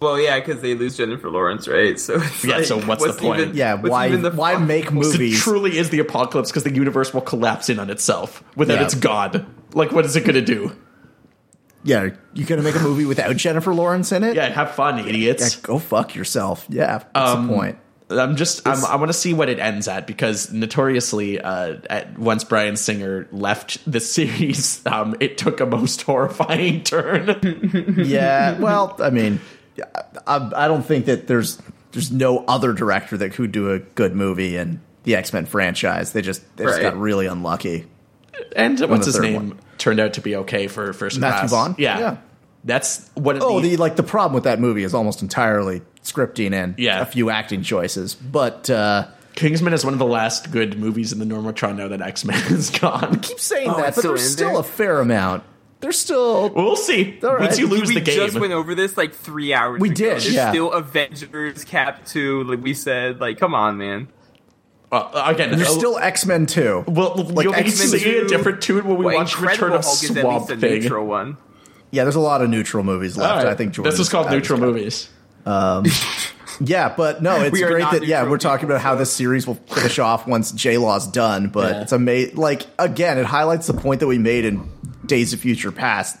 E: Well, yeah, because they lose Jennifer Lawrence, right? So it's
D: Yeah,
E: Like,
D: so what's the point?
F: yeah,
E: what's
F: why
E: even the
F: why
E: fuck-
F: make
D: It
F: movies?
D: truly is the apocalypse because the universe will collapse in on itself without
F: Yeah.
D: its god. Like, what is it going to do?
F: Yeah, you gonna make a movie without Jennifer Lawrence in it?
D: Yeah, have fun,
F: Yeah,
D: idiots.
F: go fuck yourself. Yeah, that's
D: Um,
F: the point.
D: I'm just I'm, I want to see what it ends at because notoriously, uh, at once Brian Singer left the series, um, it took a most horrifying turn.
F: Yeah, well, I mean, I, I don't think that there's there's no other director that could do a good movie in the X Men franchise. They just they just
E: Right.
F: got really unlucky.
D: and what's his
F: third
D: name
F: one.
D: turned out to be okay for first
F: Matthew
D: class.
F: Vaughn?
D: Yeah.
F: Yeah.
D: that's what.
F: Oh, the like the problem with that movie is almost entirely scripting and
D: Yeah.
F: a few acting choices, but. uh
D: Kingsman is one of the last good movies in the Normatron now that X Men is gone.
F: Keep saying
E: Oh,
F: that,
E: it's
F: but
E: still
F: there's
E: in
F: still
E: there?
F: a fair amount. There's still
D: We'll see.
F: All right.
D: Once you
F: We-
D: lose
E: we
D: the game,
E: just went over this like three hours.
F: We
E: ago.
F: did,
E: There's
F: yeah.
E: still Avengers Cap Two, like we said. Like, come on, man.
D: well, again,
F: there's
D: uh,
F: still X Men Two.
D: Well, you'll be
F: X-Men
D: seeing a
E: 2,
D: different tune when we
E: Well,
D: watch Return of
E: Hulk is at
D: Swamp
E: least a
D: Thing.
E: neutral one.
F: Yeah, there's a lot of neutral movies
D: All
F: left.
D: right.
F: I think Jordan
D: this is called
F: I was
D: neutral
F: gonna-
D: movies.
F: Yeah, but no, it's
E: We are
F: great
E: not
F: that yeah,
E: neutral
F: we're talking about how this series will finish off once J Law's done. But
D: Yeah.
F: it's amazing. Like again, it highlights the point that we made in Days of Future Past.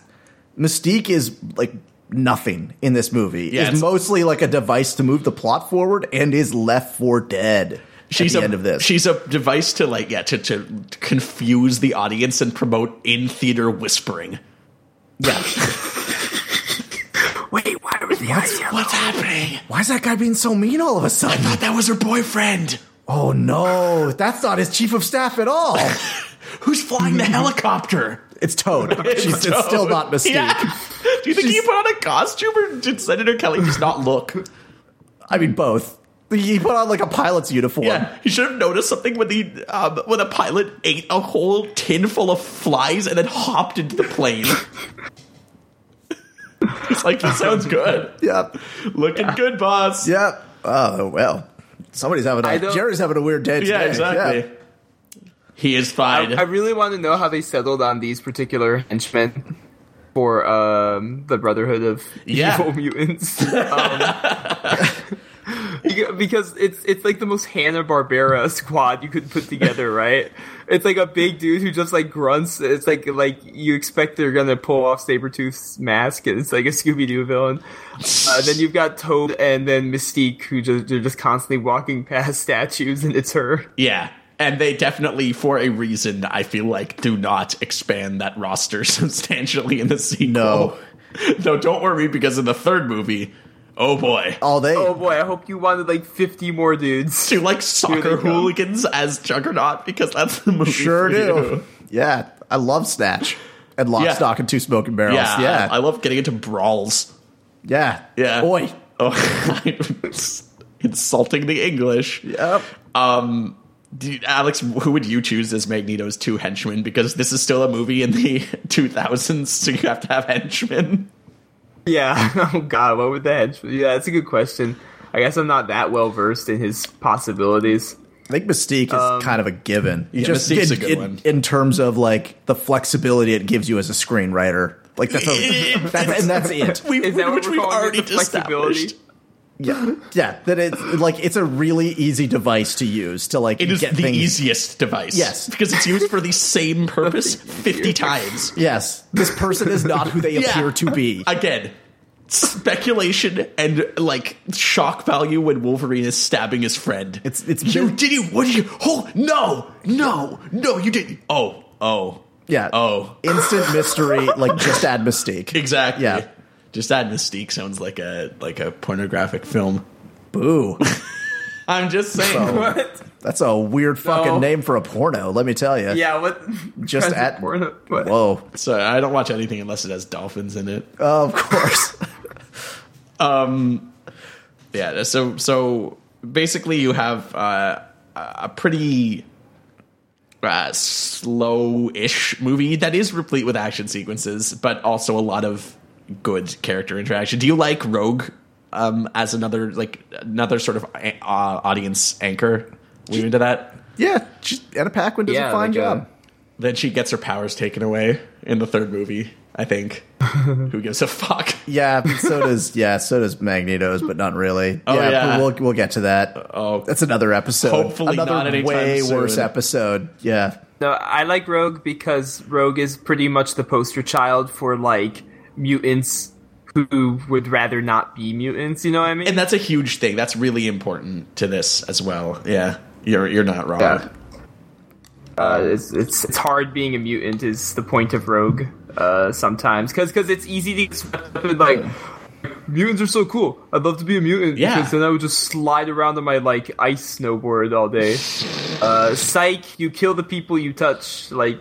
F: Mystique is like nothing in this movie.
D: Yeah,
F: it's
D: it's-
F: mostly like a device to move the plot forward, and is left for dead.
D: she's
F: at the
D: a,
F: end of this.
D: She's a device to like yeah to, to confuse the audience and promote in theater whispering.
F: yeah,
E: Wait, why are we
F: What's,
D: What's happening?
F: why is that guy being so mean all of a sudden?
D: Thought that was her boyfriend.
F: Oh no, that's not his chief of staff at all.
D: Who's flying the helicopter?
F: It's Toad. She's Mm-hmm. it's
D: Toad.
F: still not Mystique.
D: Yeah. Do you think he put on a costume or did Senator Kelly just not look?
F: I mean, both. He put on like a pilot's uniform.
D: Yeah, he should have noticed something when the um, when the pilot ate a whole tin full of flies and then hopped into the plane. it's like that sounds good.
F: Yep.
D: Looking good, boss.
F: Yep. Oh well, somebody's having
E: I
F: a
E: don't-
F: Jerry's having a weird day.
D: Yeah,
F: today.
D: exactly.
F: Yeah.
D: He is fine.
E: I really want to know how they settled on these particular henchmen for um, the Brotherhood of
D: Yeah.
E: Evil Mutants. Um, beca- because it's it's like the most Hanna Barbera squad you could put together, right? It's like a big dude who just like grunts. It's like like you expect they're gonna pull off Sabretooth's mask, and it's like a Scooby Doo villain. Uh, then you've got Toad, and then Mystique, who just they're just constantly walking past statues, and it's her.
D: yeah. And they definitely, for a reason, I feel like, do not expand that roster substantially in the sequel.
F: No.
D: Though don't worry, because in the third movie, oh boy.
F: All day.
E: Oh boy, I hope you wanted like 50 more dudes.
D: to like soccer
E: they come.
D: hooligans as Juggernaut because that's the movie.
F: sure
D: for
F: do.
D: you.
F: Yeah, I love Snatch and Lock,
D: Yeah.
F: Stock, and Two Smoking Barrels.
D: Yeah,
F: Yeah, yeah.
D: I, I love getting into brawls. Yeah.
F: Oi.
D: Oh, I'm insulting the English.
F: Yep.
D: Um, do you- Alex, who would you choose as Magneto's two henchmen? Because this is still a movie in the 2000s, so you have to have henchmen.
E: Yeah. Oh god, what would the hedge? Yeah, that's a good question. I guess I'm not that well versed in his possibilities.
F: I think Mystique is kind of a given.
D: Um, yeah, Mystique's
F: in,
D: a good
F: in-
D: one.
F: in terms of like the flexibility it gives you as a screenwriter. Like that's, a, that's and that's it.
D: We,
E: Is that what
D: which
E: we're
D: we've
E: calling it,
D: already
E: the flexibility?
D: established.
F: Yeah, yeah. That it's like it's a really easy device to use to like
D: It is
F: get
D: the
F: things.
D: easiest device.
F: Yes.
D: Because it's used for the same purpose 50 times.
F: Yes, this person is not who they
D: Yeah.
F: appear to be.
D: again speculation and like shock value when Wolverine is stabbing his friend.
F: It's- it's
D: you
F: built-
D: did you what did you oh no no no you didn't oh oh
F: Yeah.
D: oh
F: Instant mystery, like just add Mystique.
D: exactly
F: Yeah.
D: just add mystique sounds like a like a pornographic film.
F: Boo.
D: I'm just saying
E: What?
F: That's a weird fucking
E: No.
F: name for a porno, let me tell you.
E: Yeah, what?
F: Just
E: Present
F: at.
E: porno- what?
F: Whoa.
D: so I don't watch anything unless it has dolphins in it.
F: Oh, of course.
D: Um, yeah so so basically you have uh, a pretty uh, slow-ish movie that is replete with action sequences but also a lot of good character interaction do you like rogue um, as another like another sort of a- uh, audience anchor Were you into that
F: yeah, she, Anna Paquin does
E: Yeah,
F: a fine
E: like, uh,
F: job.
D: then she gets her powers taken away in the third movie i think who gives a fuck
F: yeah, so does yeah, so does Magneto's, but not really.
D: Oh, yeah.
F: We'll we'll get to that.
D: oh
F: That's another episode.
D: Hopefully
F: another
D: not anytime
F: way
D: soon.
F: worse episode. Yeah.
E: No, I like Rogue because Rogue is pretty much the poster child for like mutants who would rather not be mutants. You know what I mean?
D: and that's a huge thing that's really important to this as well yeah you're you're not wrong
E: Yeah. uh, it's, it's it's hard being a mutant is the point of Rogue uh, sometimes because it's easy to get swept up in like mutants are so cool. I'd love to be a mutant
D: Yeah.
E: because then I would just slide around on my like ice snowboard all day. Uh, psych, you kill the people you touch. Like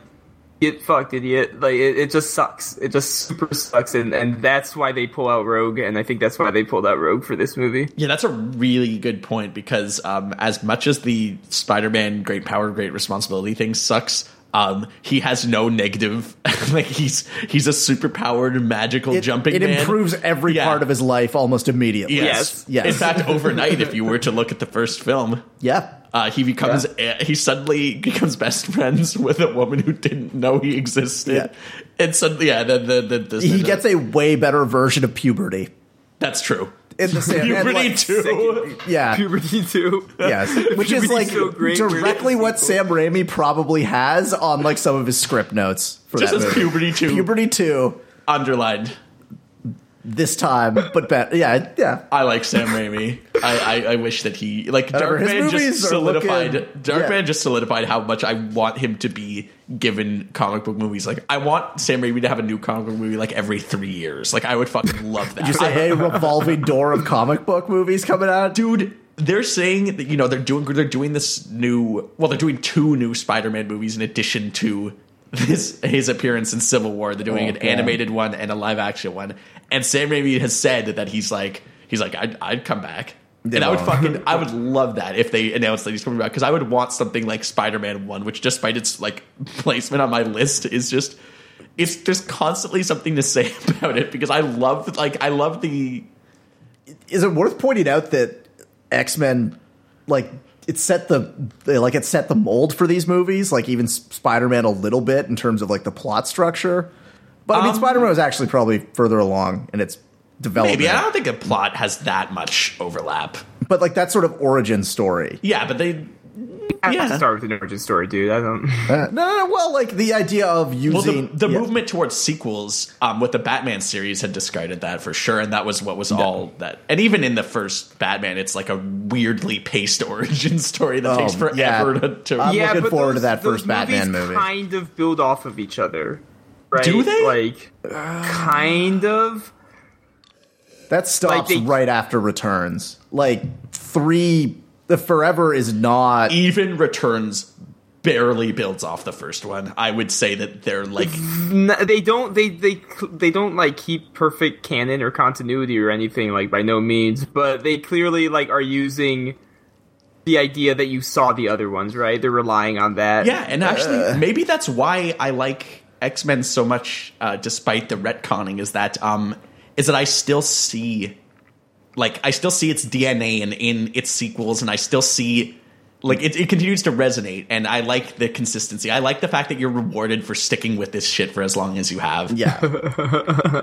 E: get fucked, idiot. Like it, it just sucks. It just super sucks, and and that's why they pull out Rogue, and I think that's why they pulled out Rogue for this movie.
D: Yeah, that's a really good point because um, as much as the Spider-Man "Great Power, Great Responsibility" thing sucks, um, he has no negative. like he's he's a superpowered magical
F: It,
D: jumping.
F: it
D: man.
F: improves every
D: Yeah.
F: part of his life almost immediately.
D: Yes,
F: Yes.
D: In fact, overnight, if you were to look at the first film,
F: Yeah.
D: uh, he becomes a he suddenly becomes best friends with a woman who didn't know he existed. And suddenly, yeah, the the the, the
F: He gets a way better version of puberty.
D: that's true.
F: In the same, and,
D: Puberty
F: like,
D: too.
F: Yeah.
E: Puberty too.
F: Yes, which is
E: Puberty's
F: like
E: so great,
F: directly
E: we're gonna-
F: what Sam Raimi probably has on like some of his script notes for
D: Just
F: that
D: as
F: movie.
D: puberty too
F: Puberty two,
D: underlined.
F: this time, but better. Yeah, yeah.
D: I like Sam Raimi. I, I, I wish that he like
F: However,
D: Dark
F: his
D: Man just
F: movies are
D: solidified.
F: looking-
D: Dark
F: yeah.
D: Man just solidified how much I want him to be given comic book movies. Like I want Sam Raimi to have a new comic book movie like every three years. Like I would fucking love that.
F: You say,
D: I-
F: hey, revolving door of comic book movies coming out.
D: dude. They're saying that you know they're doing they're doing this new well they're doing two new Spider-Man movies in addition to this his appearance in Civil War. They're doing
F: Oh,
D: an
F: God.
D: animated one and a live action one. And Sam Raimi has said that he's like he's like I'd, I'd come back. and I would
F: won't.
D: fucking I would love that if they announced that he's coming back because I would want something like Spider-Man One, which despite its like placement on my list is just it's there's constantly something to say about it because I love like I love the
F: Is it worth pointing out that X Men, like, it set the like it set the mold for these movies, like even Spider Man a little bit in terms of like the plot structure. But I mean,
D: Um,
F: Spider Man was actually probably further along in its development.
D: Maybe I don't think the plot has that much overlap.
F: But like that sort of origin story.
D: Yeah, but they
E: I have
D: yeah.
E: to start with an origin story, dude. I don't.
F: Uh, no, no, no, well, like the idea of
D: well,
F: using
D: the, the
F: yeah.
D: movement towards sequels um, with the Batman series had discarded that for sure, and that was what was all that. And even in the first Batman, it's like a weirdly paced origin story that
F: Oh,
D: takes forever
F: yeah. Um,
D: to. to
F: I'm
E: yeah,
F: looking
E: but
F: forward to
E: those-
F: that
E: those
F: first Batman
E: movies
F: movie.
E: Kind of build off of each other, right?
D: Do they?
E: Like, kind of.
F: That stops
E: they-
F: right after Returns. Like three, the Forever is not.
D: even returns barely builds off the first one. I would say that they're like
E: N- they don't they they they don't like keep perfect canon or continuity or anything like by no means but they clearly like are using the idea that you saw the other ones right they're relying on that
D: Yeah,
F: Uh,
D: and actually, maybe that's why I like X Men so much, uh, despite the retconning. Is that um, is that I still see, like, I still see its DNA in in its sequels, and I still see. Like it, it continues to resonate, and I like the consistency. I like the fact that you're rewarded for sticking with this shit for as long as you have.
F: Yeah,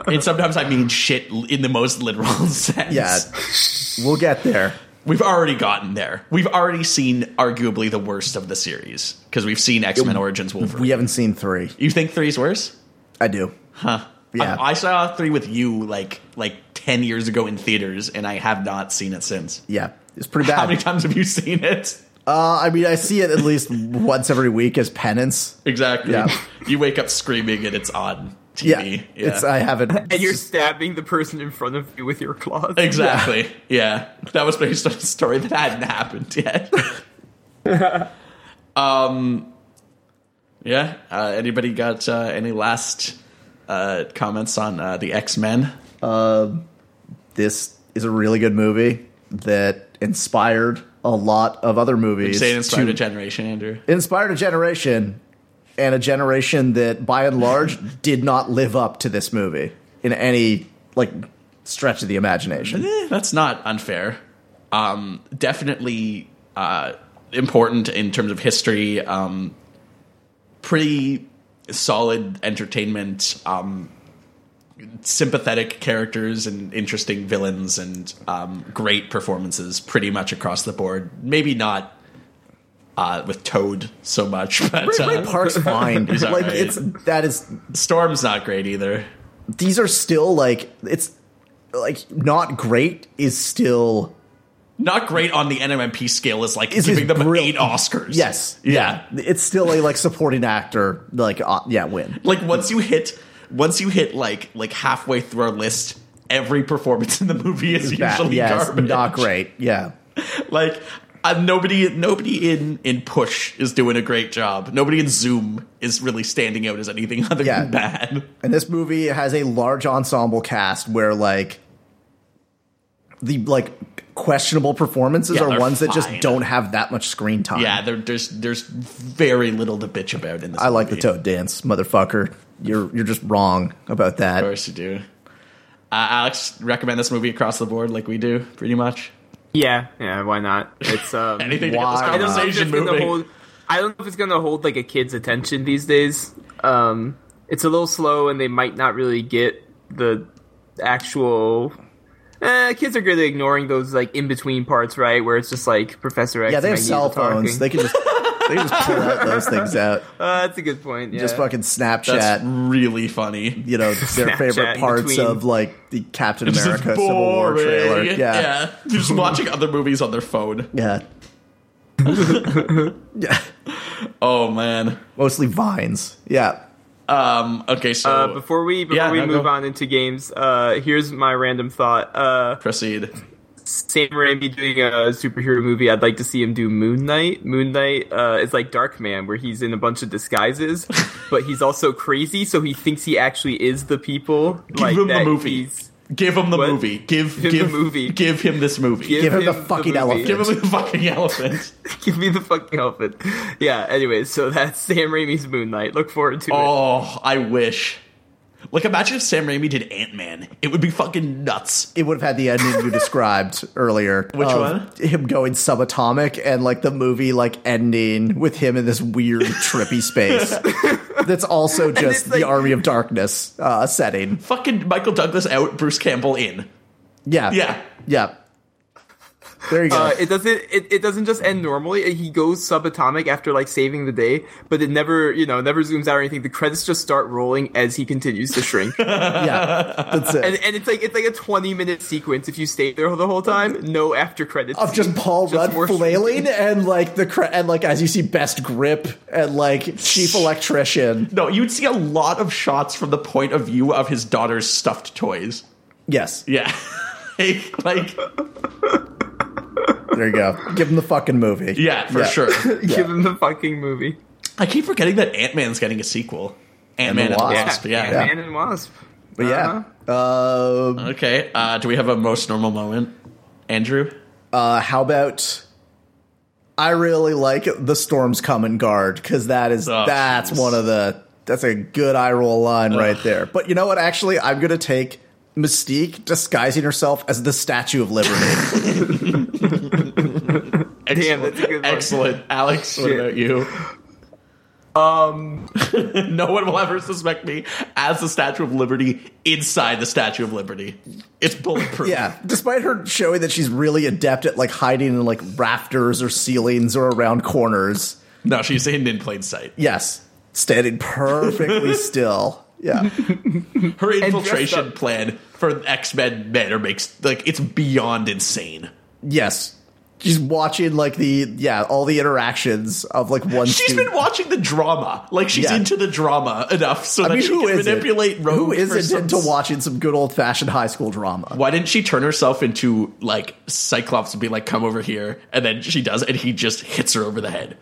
D: And sometimes I mean shit l- in the most literal sense.
F: yeah. we'll get there.
D: We've already gotten there. We've already seen arguably the worst of the series because we've seen X Men Origins Wolverine.
F: We haven't seen three.
D: you think three's worse?
F: I do.
D: Huh.
F: Yeah.
D: Um, I, I saw three with you like like ten years ago in theaters, and I have not seen it since.
F: Yeah, it's pretty
D: How many
F: bad.
D: times have you seen it?
F: Uh, I mean, I see it at least once every week as penance.
D: Exactly.
F: Yeah.
D: You wake up screaming, and it's on
F: Yeah,
D: TV.
F: it's uh, I haven't.
E: and you're stabbing the person in front of you with your claws
D: exactly. Yeah. that was based on a story that hadn't happened yet. um. Yeah. Uh, anybody got uh, any last uh, comments on uh, the X Men?
F: this is a really good movie that inspired a lot of other movies.
D: Say it inspired
F: to-
D: a generation, Andrew.
F: inspired a generation and a generation that by and large did not live up to this movie in any like stretch of the imagination
D: Eh, that's not unfair. Um, definitely uh, important in terms of history. Um, pretty solid entertainment. Um, sympathetic characters and interesting villains and um, great performances pretty much across the board. Maybe not. Uh, with Toad so much, but
F: Ray, Ray
D: uh,
F: Park's fine.
D: He's all
F: like
D: right.
F: it's that is
D: Storm's not great either.
F: these are still like it's like not great is still
D: Not great on the NMMP scale is like
F: Is- is
D: giving them
F: brill-
D: eight Oscars.
F: yes
D: yeah,
F: it's still a like supporting actor like uh, yeah win
D: like once you hit once you hit like like halfway through our list every performance in the movie is
F: That-
D: usually
F: yeah, it's
D: garbage
F: not great yeah
D: like uh, nobody nobody in in push is doing a great job nobody in zoom is really standing out as anything other
F: Yeah.
D: than bad
F: And this movie has a large ensemble cast where like the like questionable performances
D: Yeah,
F: are
D: they're
F: ones that just
D: fine.
F: don't have that much screen time.
D: yeah there, there's there's very little to bitch about in this
F: I like the
D: movie.
F: toad dance, motherfucker. You're you're just wrong about that.
D: of course you do uh, alex recommend this movie across the board like we do pretty much
E: yeah yeah why not it's um
D: anything to
F: Why
D: get this
E: I don't know if
D: conversation
E: it's gonna
D: moving
E: hold. I don't know if it's gonna hold like a kid's attention these days. Um, it's a little slow, and they might not really get the actual. Eh, kids are good at ignoring those like in between parts, right? Where it's just like Professor X.
F: Yeah, they have
E: and Magneto
F: cell
E: talking.
F: phones. They can just They just pull out those things out.
E: Uh, that's a good point. Yeah.
F: Just fucking Snapchat.
D: That's really funny.
F: you know their
E: Snapchat
F: favorite
E: in
F: parts
E: between.
F: of like the Captain
D: It's
F: America
D: just
F: Civil War
D: boring.
F: trailer. Yeah, yeah,
D: yeah. They're just watching other movies on their phone.
F: yeah.
D: Oh man.
F: Mostly vines. Yeah,
D: Um. Okay. So
E: Uh, before we before
D: Yeah,
E: we
D: no,
E: move
D: go.
E: on into games, uh, here's my random thought. Uh,
D: proceed.
E: Sam Raimi doing a superhero movie. I'd like to see him do Moon Knight. Moon Knight uh, is like Dark Man, where he's in a bunch of disguises, but he's also crazy, so he thinks he actually is the people.
D: Give
E: like,
D: him the
E: that
D: movie.
E: he's-
D: Give him the
E: What?
D: movie. Give
E: the
D: give
E: movie.
D: Give him this movie.
E: Give,
F: Give him the
E: him
F: fucking
E: movie.
F: elephant.
D: Give him the fucking elephant.
E: Give me the fucking elephant. Yeah. Anyway, so that's Sam Raimi's Moon Knight. Look forward to it.
D: Oh, I wish. Like, imagine if Sam Raimi did Ant Man. It would be fucking nuts.
F: it would have had the ending you described earlier.
D: Which
F: of
D: one?
F: Him going subatomic and like the movie like ending with him in this weird trippy space. That's also just
E: it's
F: the
E: like-
F: Army of Darkness uh, setting.
D: Fucking Michael Douglas out, Bruce Campbell in.
F: Yeah,
D: Yeah.
F: yeah. There you go.
E: Uh, it doesn't. It, it doesn't just end normally. He goes subatomic after like saving the day, but it never, you know, never zooms out or anything. The credits just start rolling as he continues to shrink, and,
F: yeah, that's it.
E: and it's like it's like a twenty minute sequence if you stay there the whole time. No after credits
F: of just Paul
E: Just
F: Rudd
E: more shrinking.
F: flailing and like the cra- and like as you see best grip and like chief electrician.
D: No, you'd see a lot of shots from the point of view of his daughter's stuffed toys.
F: Yes,
D: Yeah. like, like,
F: there you go. Give him the fucking movie.
D: yeah, for sure.
E: Give him the fucking movie.
D: I keep forgetting that Ant Man's getting a sequel. Ant Man and the Wasp. Yeah.
F: Yeah.
E: Man and Wasp.
F: But yeah. Uh,
D: Okay. Uh, do we have a most normal moment, Andrew?
F: uh, how about? I really like the storms coming guard because that is
D: Oh,
F: that's
D: jeez.
F: one of the that's a good eye roll line right there. But you know what? Actually, I'm gonna take Mystique disguising herself as the Statue of Liberty.
E: Damn,
D: Excellent.
E: that's a good one.
D: Excellent. Alex, what
E: Shit.
D: about you?
E: Um,
D: No one will ever suspect me as the Statue of Liberty inside the Statue of Liberty. It's bulletproof.
F: yeah, despite her showing that she's really adept at like hiding in like rafters or ceilings or around corners.
D: No, she's hidden in plain sight.
F: Yes, standing perfectly still. Yeah.
D: Her
E: dressed
D: infiltration
E: up.
D: plan for X Men Manor makes like it's beyond insane.
F: Yes. She's watching like the yeah, all the interactions of like one
D: She's
F: student.
D: been watching the drama. Like she's
F: Yeah.
D: into the drama enough so
F: I
D: that
F: mean,
D: she
F: who
D: can
F: is
D: manipulate
F: it?
D: Rogue.
F: Who
D: for
F: isn't
D: some-
F: into watching some good old fashioned high school drama?
D: Why didn't she turn herself into like Cyclops and be like, "Come over here," and then she does, and he just hits her over the head.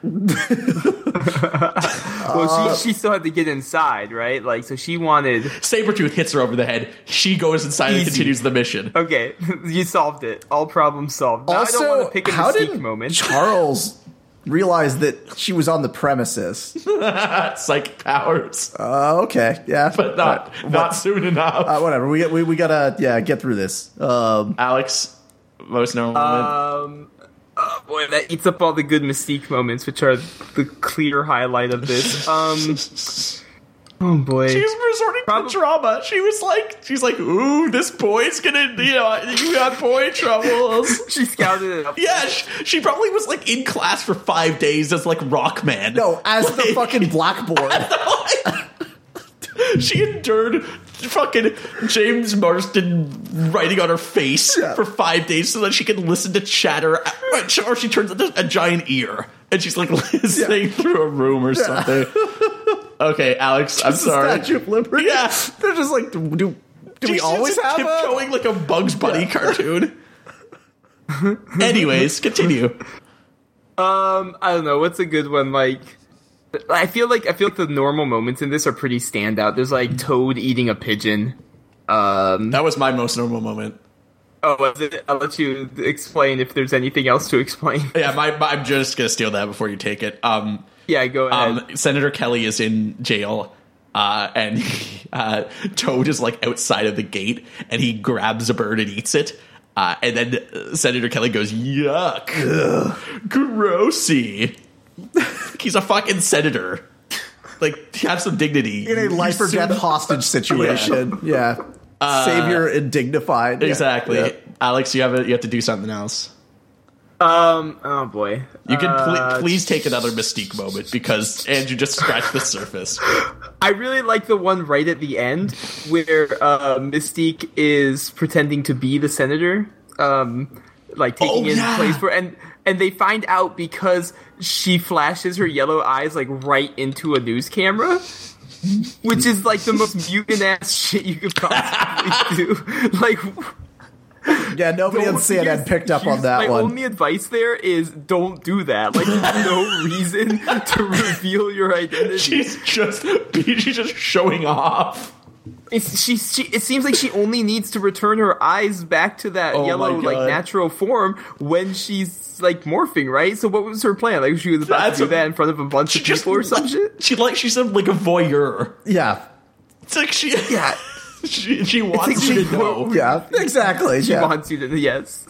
E: well,
F: Uh,
E: she she still had to get inside, right? Like, so she wanted.
D: Sabretooth hits her over the head. She goes inside and
E: Easy.
D: continues the mission.
E: Okay, you solved it. All problems solved. Now, I don't
F: Also,
E: want to pick a
F: how
E: Mystique
F: did
E: moment.
F: Charles realize that she was on the premises?
D: Psych powers.
F: Uh, okay, yeah,
D: but not not soon enough.
F: uh, whatever. We, we we gotta yeah get through this. Um,
D: Alex, most normal moment.
F: uh,
E: Um, oh boy, that eats up all the good Mystique moments, which are the clear highlight of this. Um, oh boy,
D: She was resorting
E: Prob-
D: to drama. She was like, she's like, ooh, this boy's gonna, you know, you got boy troubles.
E: she scouted it up.
D: yeah, she, she probably was like in class for five days as like rock man.
F: no, as the
D: Like-
F: fucking blackboard.
D: she endured fucking James Marston writing on her face
F: Yeah.
D: for five days so that she could listen to chatter, or she turns into a giant ear and she's like listening through a room or something. okay, Alex, I'm
F: It's the
D: sorry.
F: Statue of Liberty.
D: Yeah.
F: they're just like, do, do, do we
D: She's
F: always
D: just
F: have a?
D: tiptoeing like a Bugs Bunny cartoon? Anyways, continue.
E: Um, I don't know what's a good one. Like, I feel like I feel like the normal moments in this are pretty standout. There's like Toad eating a pigeon. Um,
D: That was my most normal moment.
E: oh, was it? I'll let you explain if there's anything else to explain.
D: Yeah, my, my- I'm just gonna steal that before you take it. Um,
E: Yeah, go ahead.
D: um, Senator Kelly is in jail, uh, and uh, Toad is like outside of the gate, and he grabs a bird and eats it. Uh, and then uh, Senator Kelly goes, "Yuck, grossy." He's a fucking senator. Like, have some dignity.
F: In a life or death hostage situation, Uh, yeah. Savior and dignified, Yeah,
D: Exactly.
F: yeah.
D: Alex, you have a, you have to do something else.
E: Um. Oh boy.
D: You can pl-
E: Uh,
D: please take another Mystique moment because Andrew just scratched the surface.
E: I really like the one right at the end where uh, Mystique is pretending to be the senator, um, like
D: Oh,
E: taking his
D: yeah.
E: place for, and and they find out because she flashes her yellow eyes like right into a news camera. Which is like the most mutant ass shit you could possibly do. Like,
F: Yeah, nobody on
E: don't-
F: CNN
E: here's-
F: picked up
E: here's-
F: on that
E: my
F: one.
E: only advice there is don't do that. Like, there's no reason to reveal your identity.
D: She's just she's just showing off.
E: It's, she, she, it seems like she only needs to return her eyes back to that
D: Oh
E: yellow,
D: my
E: like
D: God.
E: natural form when she's like morphing, right? So what was her plan? Like she was about
D: That's
E: to do
D: a-
E: that in front of a bunch
D: She
E: of people or some shit.
D: She like she's a, like a voyeur.
F: yeah,
D: It's like she
E: Yeah,
D: she, she wants
E: like
D: you
E: she-
D: to know.
F: yeah, exactly.
E: she
F: yeah.
E: wants you to yes.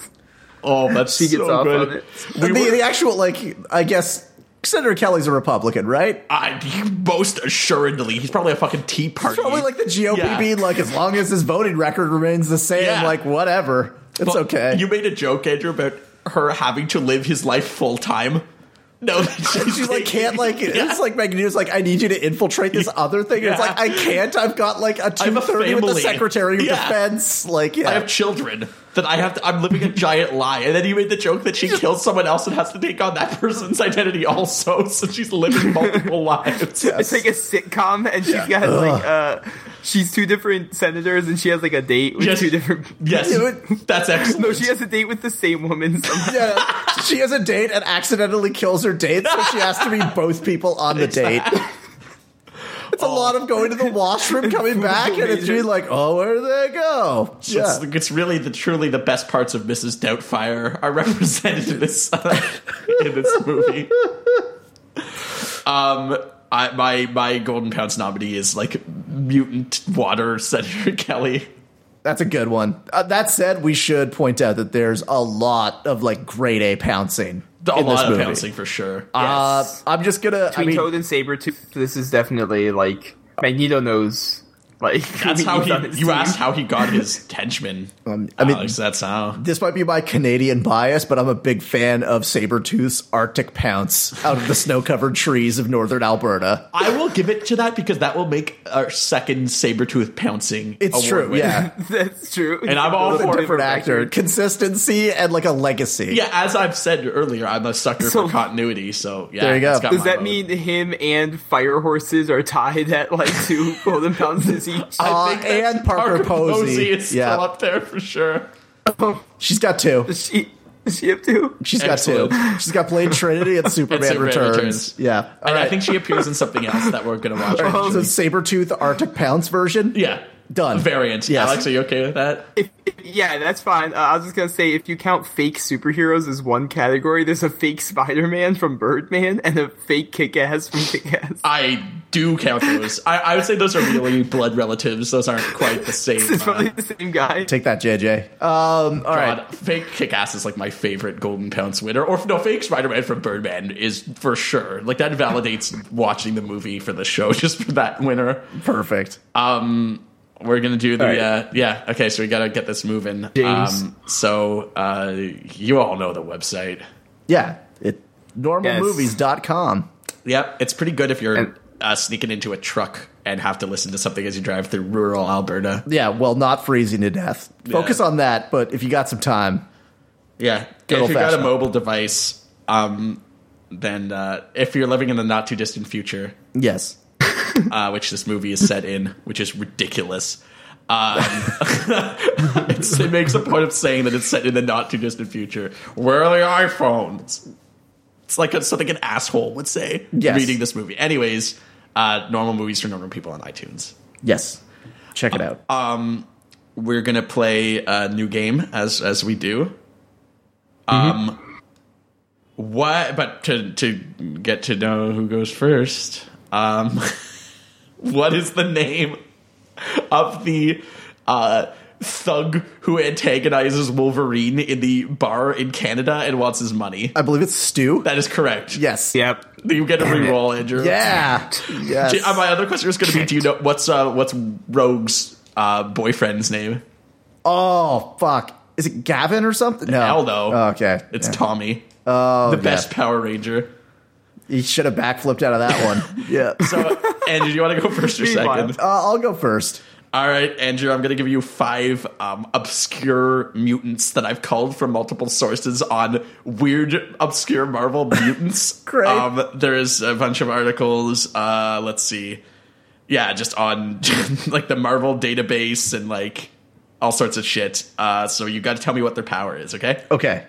D: Oh, that's
E: She gets
D: so
E: off
D: good.
E: on it.
D: We
F: the,
D: were-
F: the actual like, I guess Senator Kelly's a Republican, right?
D: I, he- most assuredly, he's probably a fucking Tea Party.
F: Probably like the GOP
D: Yeah.
F: being like, as long as his voting record remains the same,
D: Yeah.
F: like whatever, it's
D: But
F: okay.
D: You made a joke, Andrew, about her having to live his life full time. No, she's
F: she like
D: taking-
F: can't like
D: Yeah.
F: it's like Magneto's like I need you to infiltrate this other thing.
D: Yeah.
F: It's like I can't. I've got like a
D: have
F: two
D: a
F: thirty with the
D: family.
F: Secretary of
D: Yeah.
F: Defense. Like yeah,
D: I have children that I have. To, I'm living a giant lie, and then you made the joke that she kills someone else and has to take on that person's identity also. So she's living multiple lives.
E: It's like a sitcom, and she's got like uh, she's two different senators, and she has like a date with
D: Yes.
E: two different.
D: Yes,
F: Yeah, but-
D: that's excellent.
E: No, she has a date with the same woman. somehow.
F: yeah. She has a date and accidentally kills her date, so she has to be both people on the date. It's a lot of going to the washroom, coming back, and it's being like, oh, where did they go?
D: It's,
F: Yeah.
D: it's really the truly the best parts of Mrs. Doubtfire are represented in this in this movie. Um, I, my my Golden Pounds nominee is like mutant water Senator Kelly.
F: That's a good one. Uh, that said, we should point out that there's a lot of like grade A pouncing.
D: A
F: in this
D: lot of
F: movie.
D: pouncing for sure.
F: Uh,
E: Yes.
F: I'm just gonna. I
E: Between
F: mean,
E: Toad and Sabretooth, this is definitely like Magneto knows. Like
D: That's
E: who
D: how
E: he's on
D: he.
E: his
D: You
E: team.
D: asked how he got his henchmen.
F: Um, I mean-
D: Alex, that's how.
F: this might be my Canadian bias, but I'm a big fan of Sabretooth's Arctic Pounce out of the snow covered trees of northern Alberta.
D: I will give it to that because that will make our second saber tooth pouncing.
F: It's
D: award
F: true,
D: win.
F: yeah.
E: That's true.
D: And I'm all
E: Those
D: for
E: are
D: it.
F: Different actor, consistency, and like a legacy.
D: Yeah, as I've said earlier, I'm a sucker
E: So-
D: for continuity. So yeah,
F: There you go.
D: it's got
E: Does
D: my
E: that
D: vote.
E: mean him and fire horses are tied at like two golden pounds each?
F: Uh,
D: I think that's-
F: and Parker Posey.
D: is
F: Yeah.
D: still up there for sure.
F: She's got two.
E: Does she does she have two?
F: She's got
D: Excellent.
F: two. She's got Blade Trinity and Superman,
D: Superman
F: Returns.
D: Returns.
F: Yeah. All
D: and
F: right.
D: I think she appears in something else that we're gonna watch.
F: so
D: eventually.
F: Sabretooth Arctic Pounce version.
D: yeah,
F: Done.
D: Variant.
F: Yes.
D: Alex, are you okay with that?
E: If, if- yeah, that's fine. Uh, I was just gonna say if you count fake superheroes as one category, there's a fake Spider-Man from Birdman and a fake Kick-Ass from Kick-Ass.
D: I do count those. I, I would say those are really blood relatives. Those aren't quite the same.
E: It's
D: uh,
E: probably the same guy.
F: Take that, JJ. Um, all right.
D: God, fake kick ass is like my favorite Golden Pounce winner, or no, fake Spider Man from Birdman is for sure. Like that validates watching the movie for the show just for that winner.
F: Perfect.
D: Um, we're gonna do the
E: All right.
D: uh, yeah. Okay, so we gotta get this moving.
E: James.
D: Um, so uh, you all know the website.
F: yeah. It, normalmovies.com.
D: Yep, it's pretty good if you're
E: And-
D: uh, sneaking into a truck and have to listen to something as you drive through rural Alberta.
F: Yeah, well, not freezing to death. Focus on that, but if you got some time,
D: Yeah,
F: Good
D: if you got a
F: old-fashioned.
D: mobile device, um, then uh, if you're living in the not too distant future,
F: yes.
D: uh, which this movie is set in, which is ridiculous. Um, it's, it makes a point of saying that it's set in the not too distant future. Where are the iPhones? It's like a, something an asshole would say
F: Yes.
D: reading this movie. Anyways, uh, normal movies for normal people on iTunes.
F: Yes. Check it out.
D: We're gonna play a new game as as we do. Um, what? But to to get to know who goes first, um, what is the name of the uh, thug who antagonizes Wolverine in the bar in Canada and wants his money?
F: I believe it's Stu.
D: That is correct.
F: yes.
E: Yep.
D: you get a reroll, Andrew.
F: Yeah.
D: Do-
F: Yes.
D: uh, my other question was going to be: Do you know what's uh, what's Rogue's uh, boyfriend's name?
F: oh, fuck. Is it Gavin or something? No.
D: Hell no.
F: Oh, okay.
D: It's
F: Yeah.
D: Tommy. Oh, the
F: yeah.
D: best Power Ranger.
F: He should have backflipped out of that one. yeah. Uh,
D: So, Andrew, do you want to go first or
E: Meanwhile.
D: second?
F: I'll go first.
D: All right, Andrew, I'm going to give you five um, obscure mutants that I've called from multiple sources on weird, obscure Marvel mutants.
F: Great.
D: Um, there's a bunch of articles. Uh, let's see. Yeah, just on like the Marvel database and like all sorts of shit. Uh, so you got to tell me what their power is, okay?
F: Okay.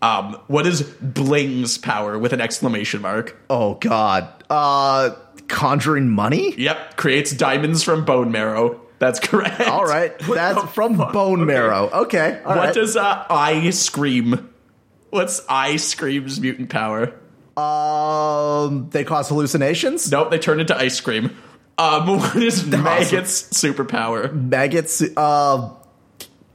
D: Um, what is Bling's power with an exclamation mark?
F: Oh God. Uh, conjuring money.
D: Yep, creates diamonds from bone marrow. That's correct.
F: All right. That's from bone marrow. Okay. all
D: what
F: right.
D: does uh, I scream? What's I scream's mutant power?
F: um? They cause hallucinations.
D: Nope, they turned into ice cream. Um, what is Maggot's superpower?
F: Maggots. Uh,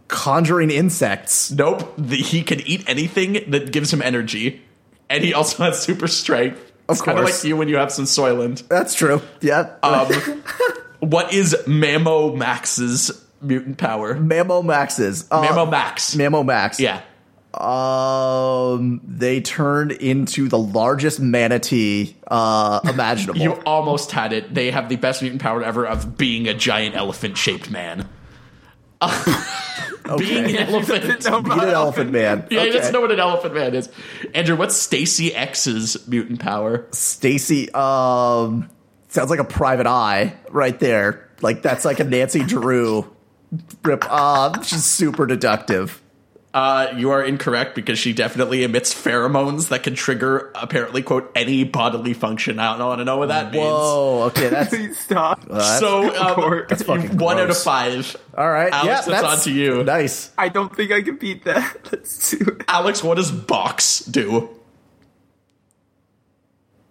F: conjuring insects.
D: Nope, the, he can eat anything that gives him energy, and he also has super strength.
F: Of
D: It's kind of
F: course.
D: like you when you have some Soylent.
F: That's true. Yeah.
D: Um, what is Mammo Max's mutant power?
F: Mammo Maxes. Uh,
D: Mammo Max.
F: Mammo Max.
D: yeah.
F: Um, they turned into the largest manatee uh imaginable.
D: You almost had it. They have the best mutant power ever of being a giant elephant shaped man. Being an elephant.
E: No,
F: Beat an elephant man.
D: Yeah, you
F: okay.
D: just know what an elephant man is. Andrew, what's Stacy X's mutant power?
F: Stacy. Um, sounds like a private eye right there. Like that's like a Nancy Drew rip. Uh, she's super deductive.
D: Uh, you are incorrect because she definitely emits pheromones that can trigger apparently quote any bodily function. I don't want to know what that means.
F: Whoa. Oh, Okay, that's
E: Please stop.
D: so um,
E: Or- That's
F: fucking
D: one out of
F: gross.
D: five.
F: all right.
D: Alex,
F: yeah,
D: that's
F: that's
D: on to you.
F: Nice.
E: I don't think I can beat that. Let's do it.
D: Alex, what does Box do?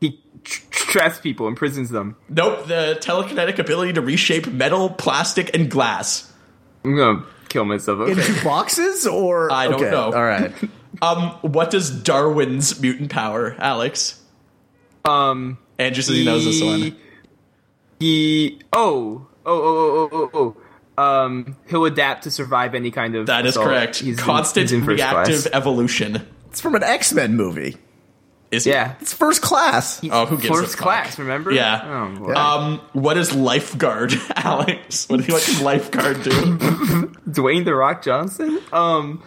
E: He tr- traps people, imprisons them.
D: Nope, the telekinetic ability to reshape metal, plastic, and glass.
E: I'm gonna kill myself. Okay.
F: Into boxes or
D: I don't
F: okay,
D: know.
F: All right.
D: Um, what does Darwin's mutant power, Alex?
E: Um,
D: Andrew says he knows this one.
E: He oh oh oh oh oh oh. Um, he'll adapt to survive any kind of.
D: That is
E: assault.
D: correct.
E: He's in-
D: Constant
E: he's in first
D: reactive
E: class.
D: evolution.
F: It's from an X Men movie.
D: Is he?
E: Yeah.
F: It's first class.
E: He's
D: Oh, who gives a
E: first
D: fuck?
E: class? Remember?
D: Yeah.
E: Oh, well.
D: Um, what is lifeguard, Alex? What do- what does lifeguard do?
E: Dwayne the Rock Johnson. Um,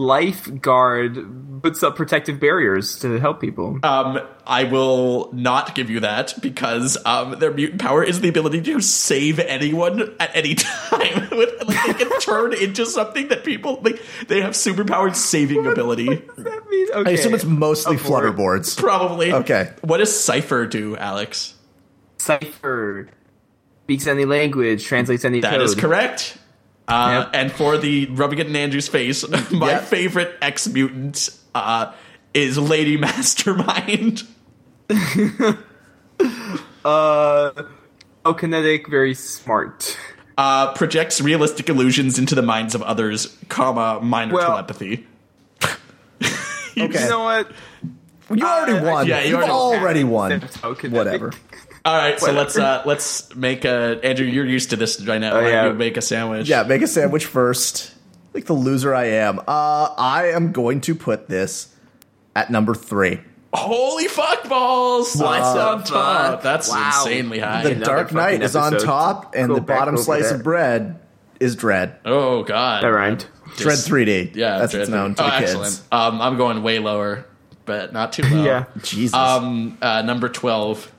E: lifeguard puts up protective barriers to help people.
D: Um, I will not give you that because um, their mutant power is the ability to save anyone at any time. With- like, they can turn into something that people like. They have superpowered saving ability.
E: That means-
F: I assume
E: okay.
F: it's mostly
E: A board.
F: flutterboards.
D: Probably.
F: Okay.
D: What does Cypher do, Alex?
E: Cipher speaks any language, translates any
D: That
E: code.
D: is correct. Uh,
E: Yep.
D: And for the rubbing it in Andrew's face, my
F: Yep.
D: favorite ex mutant uh, is Lady Mastermind.
E: Oh, kinetic, very smart.
D: Uh, projects realistic illusions into the minds of others, comma minor
E: Well-
D: telepathy.
F: Okay.
E: You know what?
F: You already
E: Uh,
F: won.
D: yeah, you
F: You've
D: already-
F: already won.
E: Oh, kinetic.
F: Whatever.
D: All right, so
E: Whatever. Oh,
D: let's uh, let's make a Andrew. You're used to this right now. Why don't
E: yeah.
D: you make a sandwich.
F: Yeah, make a sandwich first. Like the loser I am. Uh, I am going to put this at number three.
D: Holy fuck balls! Slice
E: the
D: on top.
E: fuck?
D: That's
E: Wow.
D: insanely high.
F: The
E: Another
F: Dark Knight
E: fucking
F: is on
E: episode.
F: top, and
E: Go
F: the
E: back
F: bottom
E: over
F: slice
E: there.
F: of bread is Dread.
D: oh god.
E: That rhymed.
F: Dread 3D.
D: Yeah,
F: that's
D: dread-
F: what's known to
D: oh,
F: the kids.
D: excellent. Um, I'm going way lower, but not too low.
E: Yeah.
F: Jesus.
D: Um, uh, number twelve,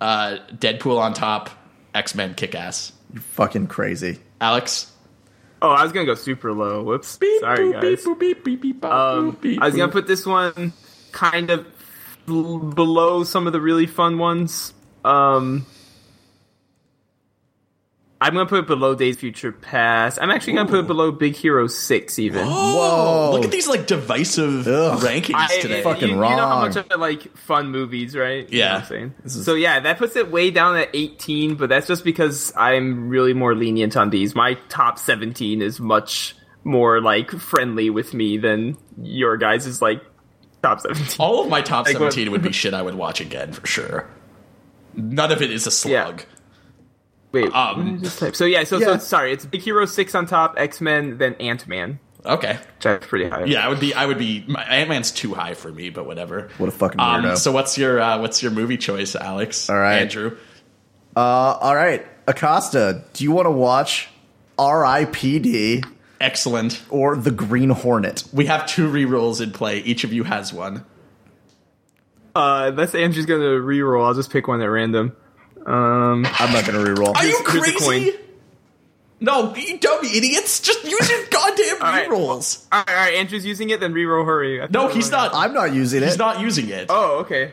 D: uh, Deadpool on top, X Men kick ass.
F: Fucking crazy.
D: Alex,
E: Oh, I was gonna go super low. Whoops. Sorry, guys. Um, I was gonna put this one kind of l- below some of the really fun ones. Um, I'm gonna put it below Days of Future Past. I'm actually gonna put it below Big Hero Six. Even
D: Whoa!
F: Whoa.
D: Look at these like divisive
F: Ugh.
D: rankings
E: I-
D: today.
F: fuck- Fucking
E: you, You know how
F: wrong.
E: much I like fun movies, right? You know
D: Yeah.
E: what I'm saying?
F: is-
E: so yeah, that puts it way down at 18, but that's just because I'm really more lenient on these. My top 17 is much more like friendly with me than your guys is like top 17.
D: All of my top
E: Like what-
D: seventeen would be shit I would watch again for sure. None of it is a slug.
E: Wait,
D: um,
E: what did I just type? so yeah, so,
F: Yeah.
E: so sorry, it's Big Hero 6 on top, X Men, then Ant Man.
D: Okay.
E: That's pretty high.
D: Yeah, I would be. I would be. Ant Man's too high for me, but whatever.
F: What a fucking
D: Um,
F: weirdo.
D: so what's your uh, what's your movie choice, Alex?
F: All right.
D: Andrew.
F: Uh, all right, Acosta, do you want to watch R.I.P.D.
D: Excellent.
F: or The Green Hornet?
D: We have two rerolls in play. Each of you has one.
E: Uh, that's Andrew's gonna reroll. I'll just pick one at random. Um,
F: I'm not going to reroll.
D: Are you
E: here's a
D: crazy?
E: coin.
D: No, you dumb idiots! Just use your goddamn
E: All right.
D: rerolls.
E: all right, all right, Andrew's using it. Then reroll. Hurry. I
D: No,
E: thought-
D: he's not.
F: I'm not using it.
D: he's not using it.
E: Oh, okay.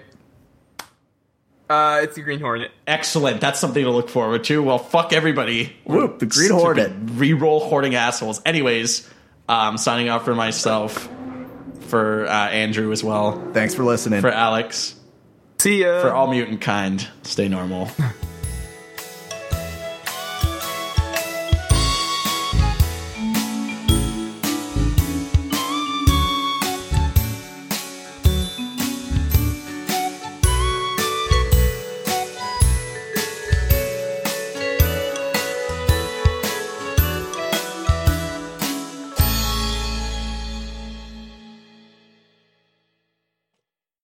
E: Uh, it's the Green Hornet.
D: Excellent. That's something to look forward to. Well, fuck everybody.
F: Whoop, the Green
D: Stupid
F: Hornet.
D: Reroll hoarding assholes. Anyways, um, signing off for myself, for uh, Andrew as well,
F: Thanks for listening.
D: for Alex,
E: See ya.
D: for all mutant kind. Stay normal.